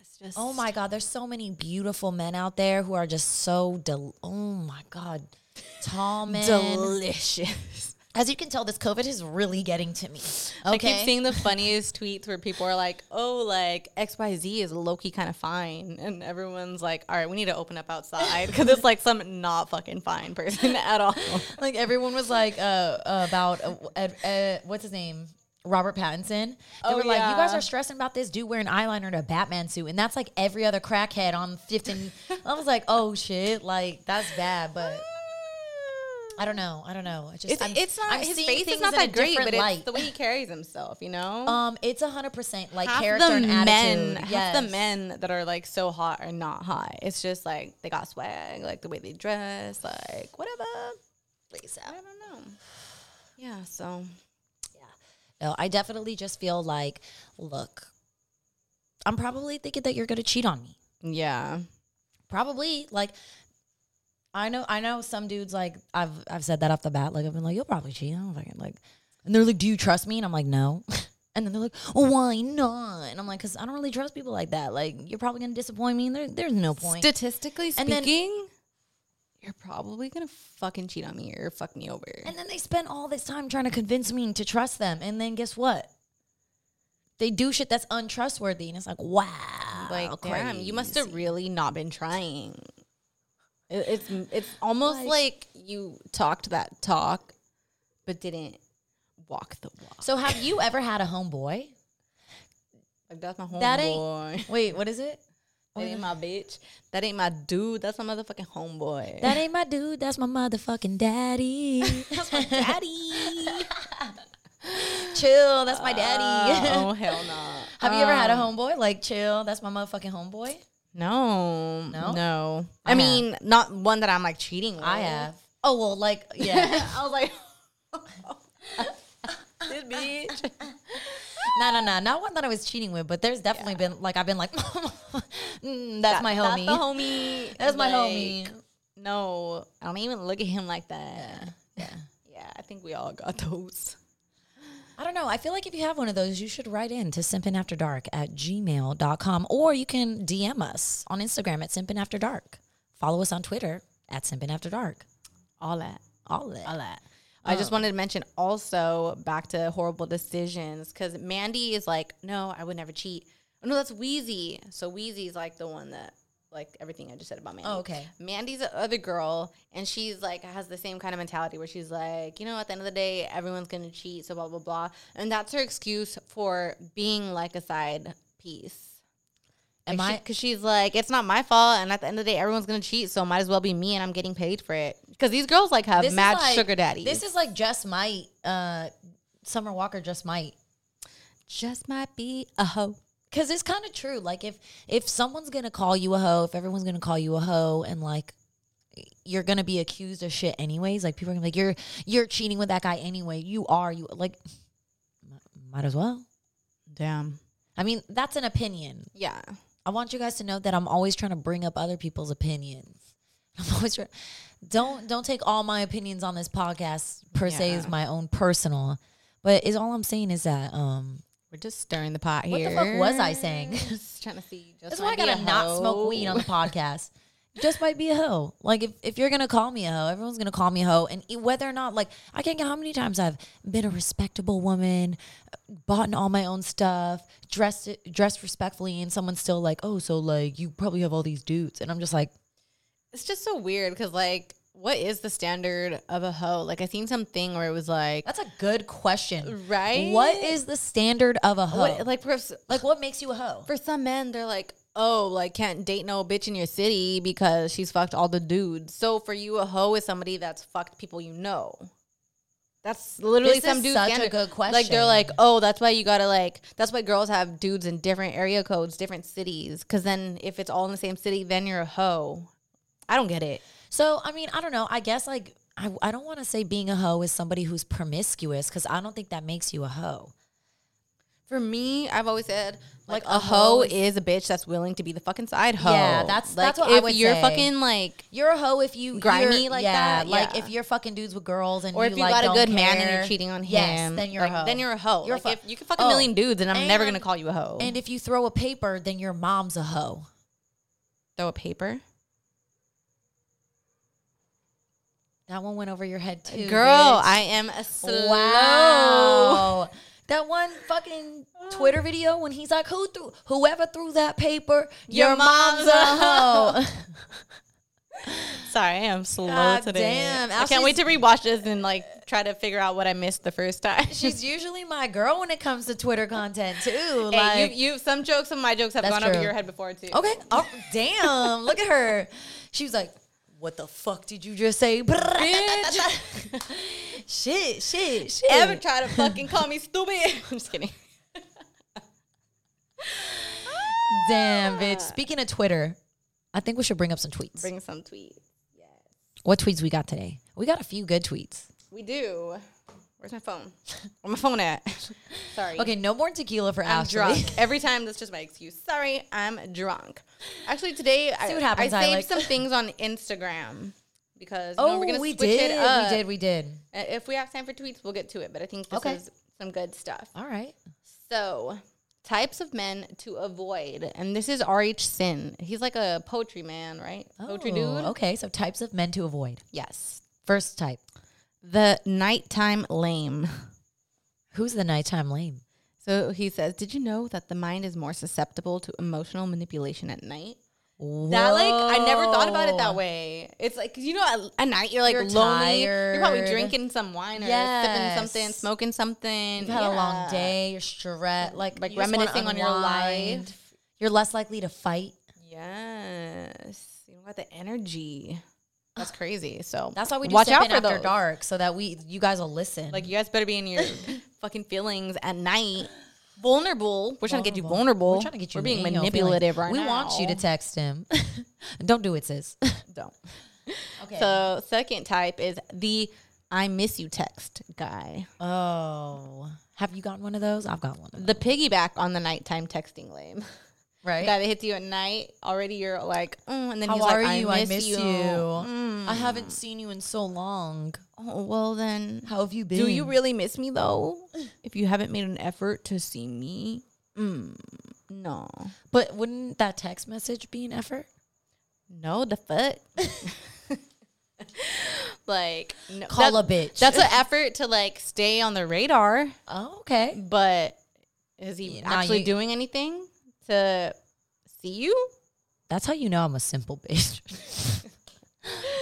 [SPEAKER 2] It's just-
[SPEAKER 3] Oh my God, there's so many beautiful men out there who are just so del- oh my God, tall men.
[SPEAKER 2] delicious.
[SPEAKER 3] As you can tell, this COVID is really getting to me. Okay,
[SPEAKER 2] I keep seeing the funniest tweets where people are like, "Oh, like X Y Z is low key kind of fine," and everyone's like, "All right, we need to open up outside because it's like some not fucking fine person at all."
[SPEAKER 3] like everyone was like uh, uh, about uh, uh, uh, what's his name. Robert Pattinson. They
[SPEAKER 2] Oh,
[SPEAKER 3] were like, "You guys
[SPEAKER 2] yeah.
[SPEAKER 3] are stressing about this dude wearing eyeliner and a Batman suit, and that's like every other crackhead on Fifth and." I was like, "Oh shit, like that's bad." But I don't know. I don't know. I just
[SPEAKER 2] It's,
[SPEAKER 3] I'm-
[SPEAKER 2] it's not
[SPEAKER 3] I'm
[SPEAKER 2] his
[SPEAKER 3] seeing
[SPEAKER 2] face
[SPEAKER 3] things
[SPEAKER 2] is not
[SPEAKER 3] in a
[SPEAKER 2] that great,
[SPEAKER 3] different
[SPEAKER 2] but it's
[SPEAKER 3] light.
[SPEAKER 2] the way he carries himself. You know,
[SPEAKER 3] Um, it's a hundred percent like
[SPEAKER 2] half
[SPEAKER 3] character
[SPEAKER 2] the
[SPEAKER 3] and
[SPEAKER 2] men,
[SPEAKER 3] attitude.
[SPEAKER 2] half the
[SPEAKER 3] yes.
[SPEAKER 2] men that are like so hot are not hot. It's just like they got swag, like the way they dress, like whatever. Lisa, I don't know. Yeah, so
[SPEAKER 3] No, I definitely just feel like, look, I'm probably thinking that you're gonna cheat on me.
[SPEAKER 2] Yeah.
[SPEAKER 3] Probably like I know I know some dudes like I've I've said that off the bat. Like I've been like, you'll probably cheat. I don't fucking like and they're like, Do you trust me? And I'm like, No. And then they're like, why not? And I'm like, because I don't really trust people like that. Like, you're probably going to disappoint me. And there, there's no point.
[SPEAKER 2] Statistically
[SPEAKER 3] And then-
[SPEAKER 2] speaking, you're probably gonna fucking cheat on me or fuck me over.
[SPEAKER 3] And then they spend all this time trying to convince me to trust them. And then guess what? They do shit that's untrustworthy. And it's like, wow.
[SPEAKER 2] like, damn, you must have
[SPEAKER 3] oh, crazy.
[SPEAKER 2] really not been trying. It- It's it's almost like, you talked that talk, but didn't walk the walk.
[SPEAKER 3] So have you ever had a homeboy?
[SPEAKER 2] Like that's my homeboy.
[SPEAKER 3] That ain't. Wait, what is it?
[SPEAKER 2] That ain't my bitch. That ain't my dude. That's my motherfucking homeboy.
[SPEAKER 3] That ain't my dude. That's my motherfucking daddy. that's my daddy. chill. That's my daddy.
[SPEAKER 2] Uh, oh hell no.
[SPEAKER 3] Have you ever had a homeboy? Like, chill. That's my motherfucking homeboy.
[SPEAKER 2] No.
[SPEAKER 3] No?
[SPEAKER 2] No. I,
[SPEAKER 3] I have.
[SPEAKER 2] mean, not one that I'm like cheating with.
[SPEAKER 3] I have. Oh well, like yeah.
[SPEAKER 2] I was like,
[SPEAKER 3] this bitch. No, no, no, not one that I was cheating with, but there's definitely been like I've been like, mm, that's my homie.
[SPEAKER 2] That's the homie.
[SPEAKER 3] That's my
[SPEAKER 2] Like,
[SPEAKER 3] homie.
[SPEAKER 2] No, I don't even look at him like that. Yeah. Yeah, I think we all got those.
[SPEAKER 3] I don't know. I feel like if you have one of those, you should write in to simpinafterdark at gmail.com or you can DM us on Instagram at simpinafterdark. Follow us on Twitter at simpinafterdark.
[SPEAKER 2] All that.
[SPEAKER 3] All that. All that.
[SPEAKER 2] I just wanted to mention also back to horrible decisions because Mandy is like, no, I would never cheat. Oh, no, that's Wheezy. So Wheezy's like the one that, like everything I just said about Mandy.
[SPEAKER 3] Oh, okay.
[SPEAKER 2] Mandy's the other girl, and she's like has the same kind of mentality where she's like, you know, at the end of the day, everyone's gonna cheat, so blah blah blah, and that's her excuse for being like a side piece.
[SPEAKER 3] Am
[SPEAKER 2] Like,
[SPEAKER 3] I?
[SPEAKER 2] she- Cause she's like, it's not my fault, and at the end of the day, everyone's gonna cheat, so might as well be me, and I'm getting paid for it. Cause these girls like have
[SPEAKER 3] this is
[SPEAKER 2] mad
[SPEAKER 3] like-
[SPEAKER 2] sugar daddies.
[SPEAKER 3] This is like just might. Uh, Summer Walker just might.
[SPEAKER 2] just might be a hoe.
[SPEAKER 3] Cause it's kind of true. Like if if someone's gonna call you a hoe, if everyone's gonna call you a hoe, and like you're gonna be accused of shit anyways. Like people are gonna be like, you're you're cheating with that guy anyway. You are you like mi- might as well.
[SPEAKER 2] Damn.
[SPEAKER 3] I mean, that's an opinion.
[SPEAKER 2] Yeah.
[SPEAKER 3] I want you guys to know that I'm always trying to bring up other people's opinions. I'm always trying. Don't don't take all my opinions on this podcast per se as
[SPEAKER 2] Yeah.
[SPEAKER 3] my own personal. But is all I'm saying is that um
[SPEAKER 2] We're just stirring the pot
[SPEAKER 3] What the
[SPEAKER 2] here.
[SPEAKER 3] fuck was I saying?
[SPEAKER 2] Just trying to see. Just
[SPEAKER 3] That's why I
[SPEAKER 2] might be
[SPEAKER 3] gotta
[SPEAKER 2] a
[SPEAKER 3] not
[SPEAKER 2] hoe.
[SPEAKER 3] smoke weed on the podcast. Just might be a hoe. Like if, if you're gonna call me a hoe, everyone's gonna call me a hoe. And e- whether or not, like I can't get how many times I've been a respectable woman, bought in all my own stuff, dressed dressed respectfully, and someone's still like, oh, so like you probably have all these dudes, and I'm just like,
[SPEAKER 2] It's just so weird because, like, what is the standard of a hoe? Like, I seen something where it was like,
[SPEAKER 3] that's a good question,
[SPEAKER 2] Right?
[SPEAKER 3] What is the standard of a hoe?
[SPEAKER 2] what,
[SPEAKER 3] like,
[SPEAKER 2] like, for, s-
[SPEAKER 3] like what makes you a hoe?
[SPEAKER 2] for some men, they're like, oh, like, can't date no bitch in your city because she's fucked all the dudes. So for you, a hoe is somebody that's fucked people you know. That's literally
[SPEAKER 3] This
[SPEAKER 2] some
[SPEAKER 3] is
[SPEAKER 2] dude's
[SPEAKER 3] such a
[SPEAKER 2] standard.
[SPEAKER 3] good
[SPEAKER 2] Like
[SPEAKER 3] question.
[SPEAKER 2] they're like, oh, that's why you gotta like. That's why girls have dudes in different area codes, different cities. Because then if it's all in the same city, then you're a hoe. I don't get it.
[SPEAKER 3] So, I mean, I don't know. I guess like I, I don't want to say being a hoe is somebody who's promiscuous because I don't think that makes you a hoe.
[SPEAKER 2] For me, I've always said like,
[SPEAKER 3] Like,
[SPEAKER 2] a,
[SPEAKER 3] a
[SPEAKER 2] hoe
[SPEAKER 3] hoe
[SPEAKER 2] is a bitch that's willing to be the fucking side hoe.
[SPEAKER 3] Yeah, that's-
[SPEAKER 2] like
[SPEAKER 3] that's what I
[SPEAKER 2] if
[SPEAKER 3] would
[SPEAKER 2] you're
[SPEAKER 3] say.
[SPEAKER 2] fucking like.
[SPEAKER 3] You're a hoe if you
[SPEAKER 2] Grimy
[SPEAKER 3] you're-
[SPEAKER 2] like that?
[SPEAKER 3] Like
[SPEAKER 2] Yeah.
[SPEAKER 3] if you're fucking dudes with girls and
[SPEAKER 2] Or if you
[SPEAKER 3] like,
[SPEAKER 2] got a
[SPEAKER 3] don't
[SPEAKER 2] good man and
[SPEAKER 3] care.
[SPEAKER 2] you're cheating on him,
[SPEAKER 3] yes, then you're
[SPEAKER 2] like,
[SPEAKER 3] a hoe.
[SPEAKER 2] Then you're a hoe.
[SPEAKER 3] You're a
[SPEAKER 2] like
[SPEAKER 3] fu-
[SPEAKER 2] if you can fuck a
[SPEAKER 3] Oh.
[SPEAKER 2] million dudes, and I'm never gonna
[SPEAKER 3] And-
[SPEAKER 2] call you a hoe.
[SPEAKER 3] And if you throw a paper, then your mom's a hoe.
[SPEAKER 2] throw a paper,
[SPEAKER 3] That one went over your head too,
[SPEAKER 2] girl,
[SPEAKER 3] bitch.
[SPEAKER 2] I am a slow.
[SPEAKER 3] Wow. That one fucking Twitter video when he's like, "Who threw? Whoever threw that paper, your, mom's, a hoe."
[SPEAKER 2] Sorry, I am slow
[SPEAKER 3] God
[SPEAKER 2] today.
[SPEAKER 3] damn,
[SPEAKER 2] I can't wait to rewatch this and like try to figure out what I missed the first time.
[SPEAKER 3] She's usually my girl when it comes to Twitter content too.
[SPEAKER 2] Hey,
[SPEAKER 3] Like,
[SPEAKER 2] you, you, some jokes of my jokes have
[SPEAKER 3] That's
[SPEAKER 2] gone over
[SPEAKER 3] true.
[SPEAKER 2] your head before too.
[SPEAKER 3] okay, oh damn, look at her. She was like, "What the fuck did you just say, bitch?" shit, shit, shit.
[SPEAKER 2] Ever try to fucking call me stupid? I'm just kidding.
[SPEAKER 3] damn, bitch. Speaking of Twitter, I think we should bring up some tweets.
[SPEAKER 2] Bring some tweets.
[SPEAKER 3] what tweets we got today? We got a few good tweets.
[SPEAKER 2] We do. Where's my phone? Where my phone at? Sorry.
[SPEAKER 3] Okay, no more tequila for
[SPEAKER 2] I'm
[SPEAKER 3] Ashley.
[SPEAKER 2] drunk. Every time that's just my excuse. Sorry, I'm drunk. Actually, today I,
[SPEAKER 3] what happens,
[SPEAKER 2] I saved
[SPEAKER 3] Alec.
[SPEAKER 2] some things on Instagram because you know,
[SPEAKER 3] oh,
[SPEAKER 2] we're gonna
[SPEAKER 3] we
[SPEAKER 2] switch
[SPEAKER 3] did.
[SPEAKER 2] it up.
[SPEAKER 3] We did. We did.
[SPEAKER 2] Uh, If we have time for tweets, we'll get to it. But I think this
[SPEAKER 3] Okay.
[SPEAKER 2] is some good stuff.
[SPEAKER 3] All right.
[SPEAKER 2] So, types of men to avoid, and this is R.H. Sin. He's like a poetry man, right? Poetry dude.
[SPEAKER 3] Oh, Okay, so types of men to avoid.
[SPEAKER 2] Yes.
[SPEAKER 3] First type.
[SPEAKER 2] The nighttime lame.
[SPEAKER 3] Who's the nighttime lame?
[SPEAKER 2] So he says, "Did you know that the mind is more susceptible to emotional manipulation at night?" That like I never thought about it that
[SPEAKER 3] Whoa.
[SPEAKER 2] way. It's like 'cause you know at, at night you're like
[SPEAKER 3] You're
[SPEAKER 2] lonely. You're probably
[SPEAKER 3] tired.
[SPEAKER 2] drinking some wine or
[SPEAKER 3] Yes.
[SPEAKER 2] sipping something, smoking something.
[SPEAKER 3] You've had a long
[SPEAKER 2] Yeah.
[SPEAKER 3] day. You're stressed. Like,
[SPEAKER 2] Like
[SPEAKER 3] you just wanna
[SPEAKER 2] reminiscing on your
[SPEAKER 3] unwind.
[SPEAKER 2] life.
[SPEAKER 3] You're less likely to fight.
[SPEAKER 2] Yes, you don't got the energy. That's crazy. So
[SPEAKER 3] That's why we do
[SPEAKER 2] watch
[SPEAKER 3] Sip
[SPEAKER 2] out
[SPEAKER 3] In
[SPEAKER 2] for
[SPEAKER 3] after
[SPEAKER 2] those.
[SPEAKER 3] dark, so that we you guys will listen.
[SPEAKER 2] Like you guys better be in your fucking feelings at night. Vulnerable. We're trying to get you vulnerable.
[SPEAKER 3] We're trying to get you.
[SPEAKER 2] We're being
[SPEAKER 3] in your feelings.
[SPEAKER 2] manipulative right
[SPEAKER 3] we
[SPEAKER 2] now.
[SPEAKER 3] want you to text him. Don't do it, sis.
[SPEAKER 2] don't.
[SPEAKER 3] Okay.
[SPEAKER 2] So second type is the I miss you text guy.
[SPEAKER 3] oh, have you gotten one of those? I've got one. Of
[SPEAKER 2] The piggyback on the nighttime texting lame.
[SPEAKER 3] Right.
[SPEAKER 2] Guy that hits you at night. Already you're like, oh, and then
[SPEAKER 3] How
[SPEAKER 2] he's
[SPEAKER 3] are
[SPEAKER 2] like, I
[SPEAKER 3] you?
[SPEAKER 2] miss,
[SPEAKER 3] I miss you.
[SPEAKER 2] Mm.
[SPEAKER 3] I haven't seen you in so long.
[SPEAKER 2] Oh, well then,
[SPEAKER 3] How have you been?
[SPEAKER 2] do you really miss me though? If you haven't made an effort to see me, mm, no,
[SPEAKER 3] But wouldn't that text message be an effort?
[SPEAKER 2] no, the fuck. like no,
[SPEAKER 3] Call
[SPEAKER 2] that-
[SPEAKER 3] a bitch.
[SPEAKER 2] That's an effort to like stay on the radar.
[SPEAKER 3] Oh, okay.
[SPEAKER 2] But is he
[SPEAKER 3] Yeah, nah,
[SPEAKER 2] actually
[SPEAKER 3] you-
[SPEAKER 2] doing anything to see you?
[SPEAKER 3] That's how you know I'm a simple bitch.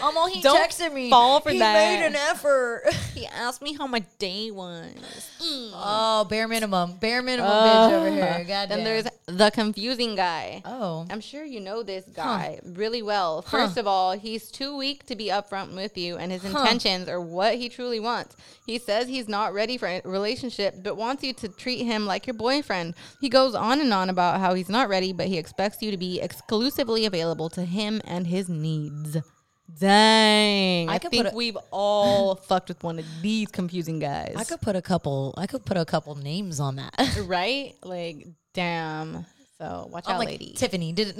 [SPEAKER 3] Almo, he
[SPEAKER 2] Don't
[SPEAKER 3] texted me.
[SPEAKER 2] fall for
[SPEAKER 3] he
[SPEAKER 2] that.
[SPEAKER 3] made an effort.
[SPEAKER 2] He asked me how my day was.
[SPEAKER 3] oh, bare minimum. Bare minimum bitch over here. God
[SPEAKER 2] Uh, then there's the confusing guy.
[SPEAKER 3] Uh, Oh.
[SPEAKER 2] I'm sure you know this guy really well. First of all, he's too weak to be upfront with you and his intentions or what he truly wants. He says he's not ready for a relationship, but wants you to treat him like your boyfriend. He goes on and on about how he's not ready, but he expects you to be exclusively available to him and his needs. Dang. I,
[SPEAKER 3] I could put
[SPEAKER 2] think
[SPEAKER 3] a-
[SPEAKER 2] we've all fucked with one of these confusing guys.
[SPEAKER 3] I could put a couple. I could put a couple names on that.
[SPEAKER 2] right? Like, damn. So watch
[SPEAKER 3] I'm
[SPEAKER 2] out,
[SPEAKER 3] like
[SPEAKER 2] lady.
[SPEAKER 3] Tiffany didn't.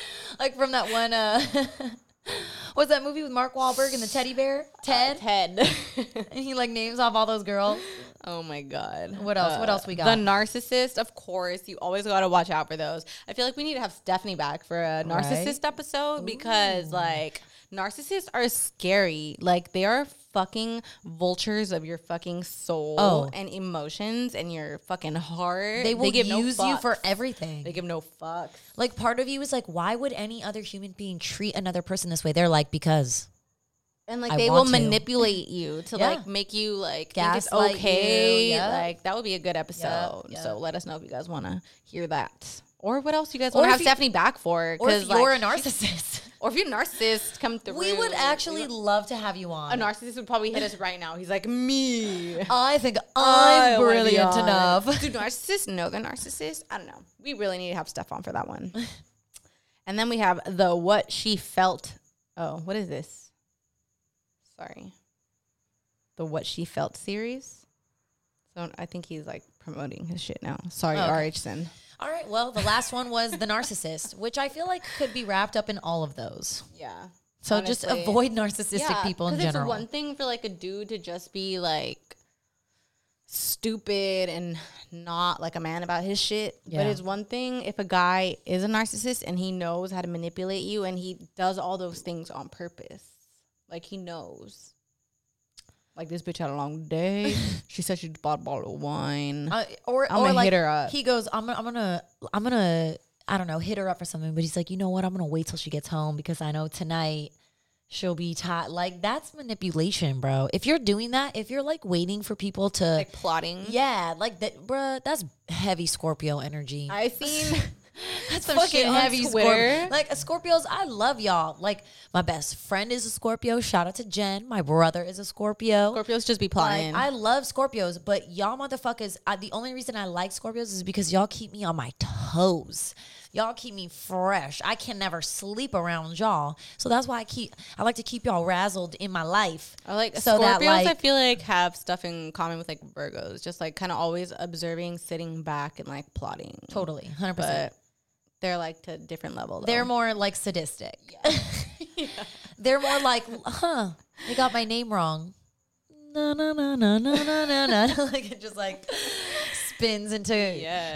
[SPEAKER 3] like from that one. uh What's that movie with Mark Wahlberg and the teddy bear? Ted.
[SPEAKER 2] Uh, Ted.
[SPEAKER 3] And he like names off all those girls.
[SPEAKER 2] oh my god.
[SPEAKER 3] What else? What else we got?
[SPEAKER 2] Uh, The narcissist, of course. You always got to watch out for those. I feel like we need to have Stephanie back for a narcissist episode because, like, narcissists are scary. Like, they are fucking vultures of your fucking soul
[SPEAKER 3] Oh.
[SPEAKER 2] and emotions and your fucking heart.
[SPEAKER 3] They will
[SPEAKER 2] give no
[SPEAKER 3] use you for
[SPEAKER 2] fucks.
[SPEAKER 3] everything.
[SPEAKER 2] They give no fucks.
[SPEAKER 3] Like part of you is like, why would any other human being treat another person this way? They're like, because
[SPEAKER 2] And like
[SPEAKER 3] I
[SPEAKER 2] they will
[SPEAKER 3] want to.
[SPEAKER 2] manipulate you to
[SPEAKER 3] Yeah.
[SPEAKER 2] like make you like think
[SPEAKER 3] Gaslight
[SPEAKER 2] it's
[SPEAKER 3] you,
[SPEAKER 2] okay.
[SPEAKER 3] yep.
[SPEAKER 2] Like that would be a good episode.
[SPEAKER 3] yep.
[SPEAKER 2] So let us know if you guys want to hear that, or what else you guys
[SPEAKER 3] Or
[SPEAKER 2] want to
[SPEAKER 3] if
[SPEAKER 2] have
[SPEAKER 3] you-
[SPEAKER 2] Stephanie back for?
[SPEAKER 3] or if
[SPEAKER 2] 'cause, like,
[SPEAKER 3] you're a narcissist.
[SPEAKER 2] or if you're a narcissist, come through.
[SPEAKER 3] We would actually love to have you
[SPEAKER 2] a
[SPEAKER 3] on.
[SPEAKER 2] narcissist would probably hit us right now. He's like me.
[SPEAKER 3] I think
[SPEAKER 2] I wanna
[SPEAKER 3] I'm
[SPEAKER 2] be
[SPEAKER 3] brilliant
[SPEAKER 2] on.
[SPEAKER 3] enough.
[SPEAKER 2] Do narcissists know they're narcissists? I don't know. We really need to have stuff on for that one. and then we have the what she felt. Oh, what is this? Sorry. The what she felt series. So I think he's like promoting his shit now. Sorry,
[SPEAKER 3] Oh, okay.
[SPEAKER 2] R.H. Sin.
[SPEAKER 3] All right. Well, the last one was the narcissist, which I feel like could be wrapped up in all of those.
[SPEAKER 2] Yeah.
[SPEAKER 3] So just
[SPEAKER 2] Honestly.
[SPEAKER 3] avoid narcissistic people in
[SPEAKER 2] 'cause
[SPEAKER 3] general.
[SPEAKER 2] It's one thing for like a dude to just be like stupid and not like a man about his shit. But
[SPEAKER 3] Yeah.
[SPEAKER 2] it's one thing if a guy is a narcissist and he knows how to manipulate you and he does all those things on purpose. Like he knows. Like this bitch had a long day. she said she bought a bottle of wine.
[SPEAKER 3] Uh, or
[SPEAKER 2] I'm
[SPEAKER 3] or
[SPEAKER 2] gonna
[SPEAKER 3] like
[SPEAKER 2] hit her up.
[SPEAKER 3] he goes, I'm gonna, I'm gonna, I'm gonna, I don't know, hit her up for something. But he's like, you know what? I'm gonna wait till she gets home because I know tonight she'll be tired. Like that's manipulation, bro. If you're doing that, if you're like waiting for people to,
[SPEAKER 2] like plotting.
[SPEAKER 3] yeah, like that, bruh, that's heavy Scorpio energy.
[SPEAKER 2] I seen
[SPEAKER 3] that's
[SPEAKER 2] some shit on Twitter.
[SPEAKER 3] Scorpio. Like Scorpios, I love y'all. Like my best friend is a Scorpio. Shout out to Jen. My brother is a Scorpio.
[SPEAKER 2] Scorpios just be
[SPEAKER 3] Like,
[SPEAKER 2] plotting.
[SPEAKER 3] I love Scorpios, but y'all motherfuckers, I, the only reason I like Scorpios is because y'all keep me on my toes. Y'all keep me fresh. I can never sleep around y'all. So that's why I keep I like to keep y'all razzled in my life.
[SPEAKER 2] I like
[SPEAKER 3] so
[SPEAKER 2] Scorpios. I feel like have stuff in common with like Virgos, just like kind of always observing, sitting back, and like plotting.
[SPEAKER 3] totally 100%.
[SPEAKER 2] but they're like to a different level. Though.
[SPEAKER 3] They're more like sadistic. They're more like, huh, they got my name wrong. No, no, no, no, no, no, no, no. like it just like spins into.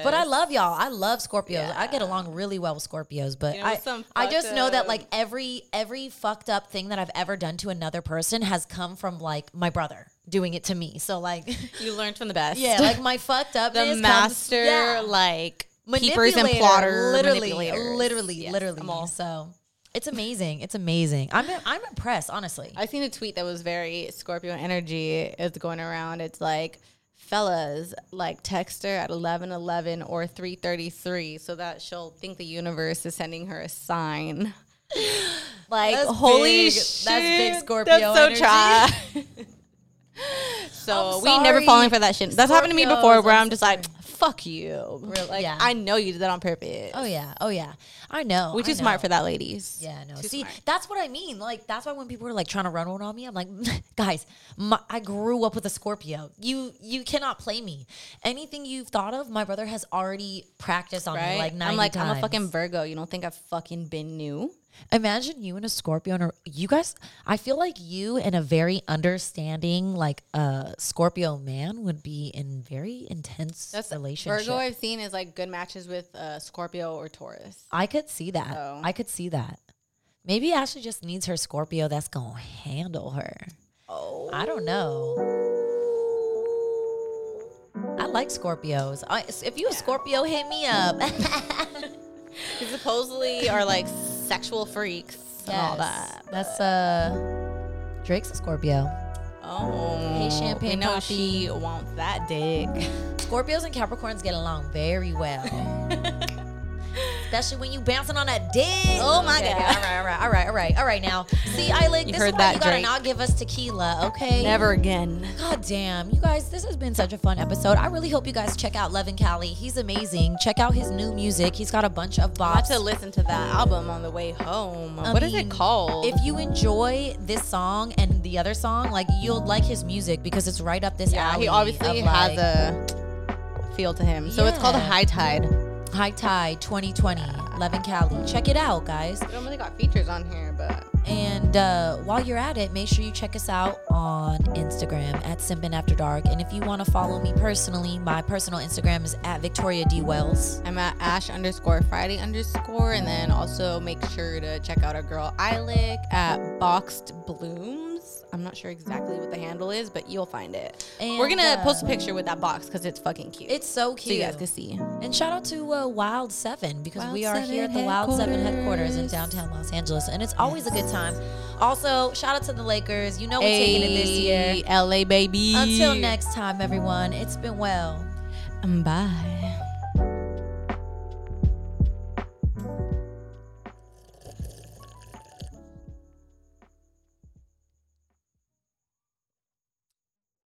[SPEAKER 3] But I love y'all. I love Scorpios. I get along really well with Scorpios, but
[SPEAKER 2] You know,
[SPEAKER 3] I,
[SPEAKER 2] some
[SPEAKER 3] I just know that
[SPEAKER 2] fucked
[SPEAKER 3] like every every fucked up thing that I've ever done to another person has come from like my brother doing it to me. So like,
[SPEAKER 2] you learned from the best.
[SPEAKER 3] yeah, like my fucked up
[SPEAKER 2] the master, like keepers and
[SPEAKER 3] Manipulator,
[SPEAKER 2] plotter,
[SPEAKER 3] literally,
[SPEAKER 2] manipulators.
[SPEAKER 3] literally,
[SPEAKER 2] Yes,
[SPEAKER 3] literally.
[SPEAKER 2] I'm all-
[SPEAKER 3] So it's amazing. It's amazing. I'm I'm impressed, honestly.
[SPEAKER 2] I seen a tweet that was very Scorpio energy. It's going around. It's like, fellas, like text her at eleven eleven or three thirty three, so that she'll think the universe is sending her a sign. Like
[SPEAKER 3] That's
[SPEAKER 2] holy
[SPEAKER 3] big.
[SPEAKER 2] shit,
[SPEAKER 3] That's big Scorpio
[SPEAKER 2] That's so
[SPEAKER 3] energy.
[SPEAKER 2] trash. so
[SPEAKER 3] I'm
[SPEAKER 2] we never
[SPEAKER 3] sorry,
[SPEAKER 2] falling for that shit. That's happened to me
[SPEAKER 3] Scorpios,
[SPEAKER 2] before, where
[SPEAKER 3] I'm
[SPEAKER 2] I'm, just like, fuck you.
[SPEAKER 3] Really?
[SPEAKER 2] Like
[SPEAKER 3] Yeah.
[SPEAKER 2] I know you did that on purpose.
[SPEAKER 3] oh yeah, oh yeah. I know.
[SPEAKER 2] we
[SPEAKER 3] I
[SPEAKER 2] too smart
[SPEAKER 3] know.
[SPEAKER 2] for that, ladies.
[SPEAKER 3] Yeah, no.
[SPEAKER 2] Too
[SPEAKER 3] See,
[SPEAKER 2] smart.
[SPEAKER 3] that's what I mean. Like that's why when people are like trying to run one on me, I'm like, guys, my, I grew up with a Scorpio. You you cannot play me. Anything you've thought of, my brother has already practiced on me. Like 90
[SPEAKER 2] I'm like I'm a
[SPEAKER 3] times.
[SPEAKER 2] fucking Virgo. You don't think I've fucking been new?
[SPEAKER 3] Imagine you and a Scorpio and a, you guys I feel like you and a very understanding like a Scorpio man would be in very intense relationship.
[SPEAKER 2] Virgo I've seen is like good matches with uh, Scorpio or Taurus.
[SPEAKER 3] I could see that.
[SPEAKER 2] Oh.
[SPEAKER 3] I could see that. Maybe Ashley just needs her Scorpio that's going to handle her. Oh. I don't know. I like Scorpios. I, if you a Scorpio, hit me up.
[SPEAKER 2] They supposedly are like sexual freaks and all that.
[SPEAKER 3] That's uh Drake's a Scorpio.
[SPEAKER 2] Oh,
[SPEAKER 3] Hey, champagne
[SPEAKER 2] we know
[SPEAKER 3] coffee.
[SPEAKER 2] she wants that dick.
[SPEAKER 3] Scorpios and Capricorns get along very well. Especially when you bouncing on that dick. Oh
[SPEAKER 2] my God.
[SPEAKER 3] All right, all right, all right, all right, all right. Now, see, I like
[SPEAKER 2] You
[SPEAKER 3] this
[SPEAKER 2] heard
[SPEAKER 3] is why
[SPEAKER 2] that,
[SPEAKER 3] you gotta
[SPEAKER 2] Drake.
[SPEAKER 3] not give us tequila, okay?
[SPEAKER 2] Never again.
[SPEAKER 3] God damn, you guys, this has been such a fun episode. I really hope you guys check out Levin Cali. He's amazing. Check out his new music. He's got a bunch of
[SPEAKER 2] I have
[SPEAKER 3] bops.
[SPEAKER 2] to listen to that album on the way home.
[SPEAKER 3] I
[SPEAKER 2] what is
[SPEAKER 3] mean,
[SPEAKER 2] it called?
[SPEAKER 3] If you enjoy this song and the other song, like you'll like his music because it's right up this
[SPEAKER 2] yeah,
[SPEAKER 3] alley.
[SPEAKER 2] he obviously
[SPEAKER 3] of,
[SPEAKER 2] has
[SPEAKER 3] like,
[SPEAKER 2] a feel to him. So it's called
[SPEAKER 3] Yeah.
[SPEAKER 2] High Tide.
[SPEAKER 3] High Tide 2020, Levin Cali. Check it out, guys.
[SPEAKER 2] They don't really got features on here, but
[SPEAKER 3] And uh, while you're at it, make sure you check us out on Instagram at Simpin After Dark. And if you want to follow me personally, my personal Instagram is at Victoria D Wells.
[SPEAKER 2] I'm at Ash underscore Friday underscore, and then also make sure to check out our girl Ilic at Boxed Blooms. I'm not sure exactly what the handle is, but you'll find it. We're
[SPEAKER 3] And,
[SPEAKER 2] gonna
[SPEAKER 3] uh,
[SPEAKER 2] post a picture with that box because um, it's fucking cute.
[SPEAKER 3] It's so
[SPEAKER 2] so
[SPEAKER 3] cute.
[SPEAKER 2] you guys can see.
[SPEAKER 3] and shout out to uh, Wild Seven because
[SPEAKER 2] Wild
[SPEAKER 3] we are here at the
[SPEAKER 2] Seven
[SPEAKER 3] Wild Seven headquarters in
[SPEAKER 2] headquarters.
[SPEAKER 3] downtown Los Angeles, and it's always a good time. Also, shout out to the Lakers. You know we're taking it this year.
[SPEAKER 2] Ayy, LA baby.
[SPEAKER 3] Until next time, everyone. It's been well.
[SPEAKER 2] Um, Bye.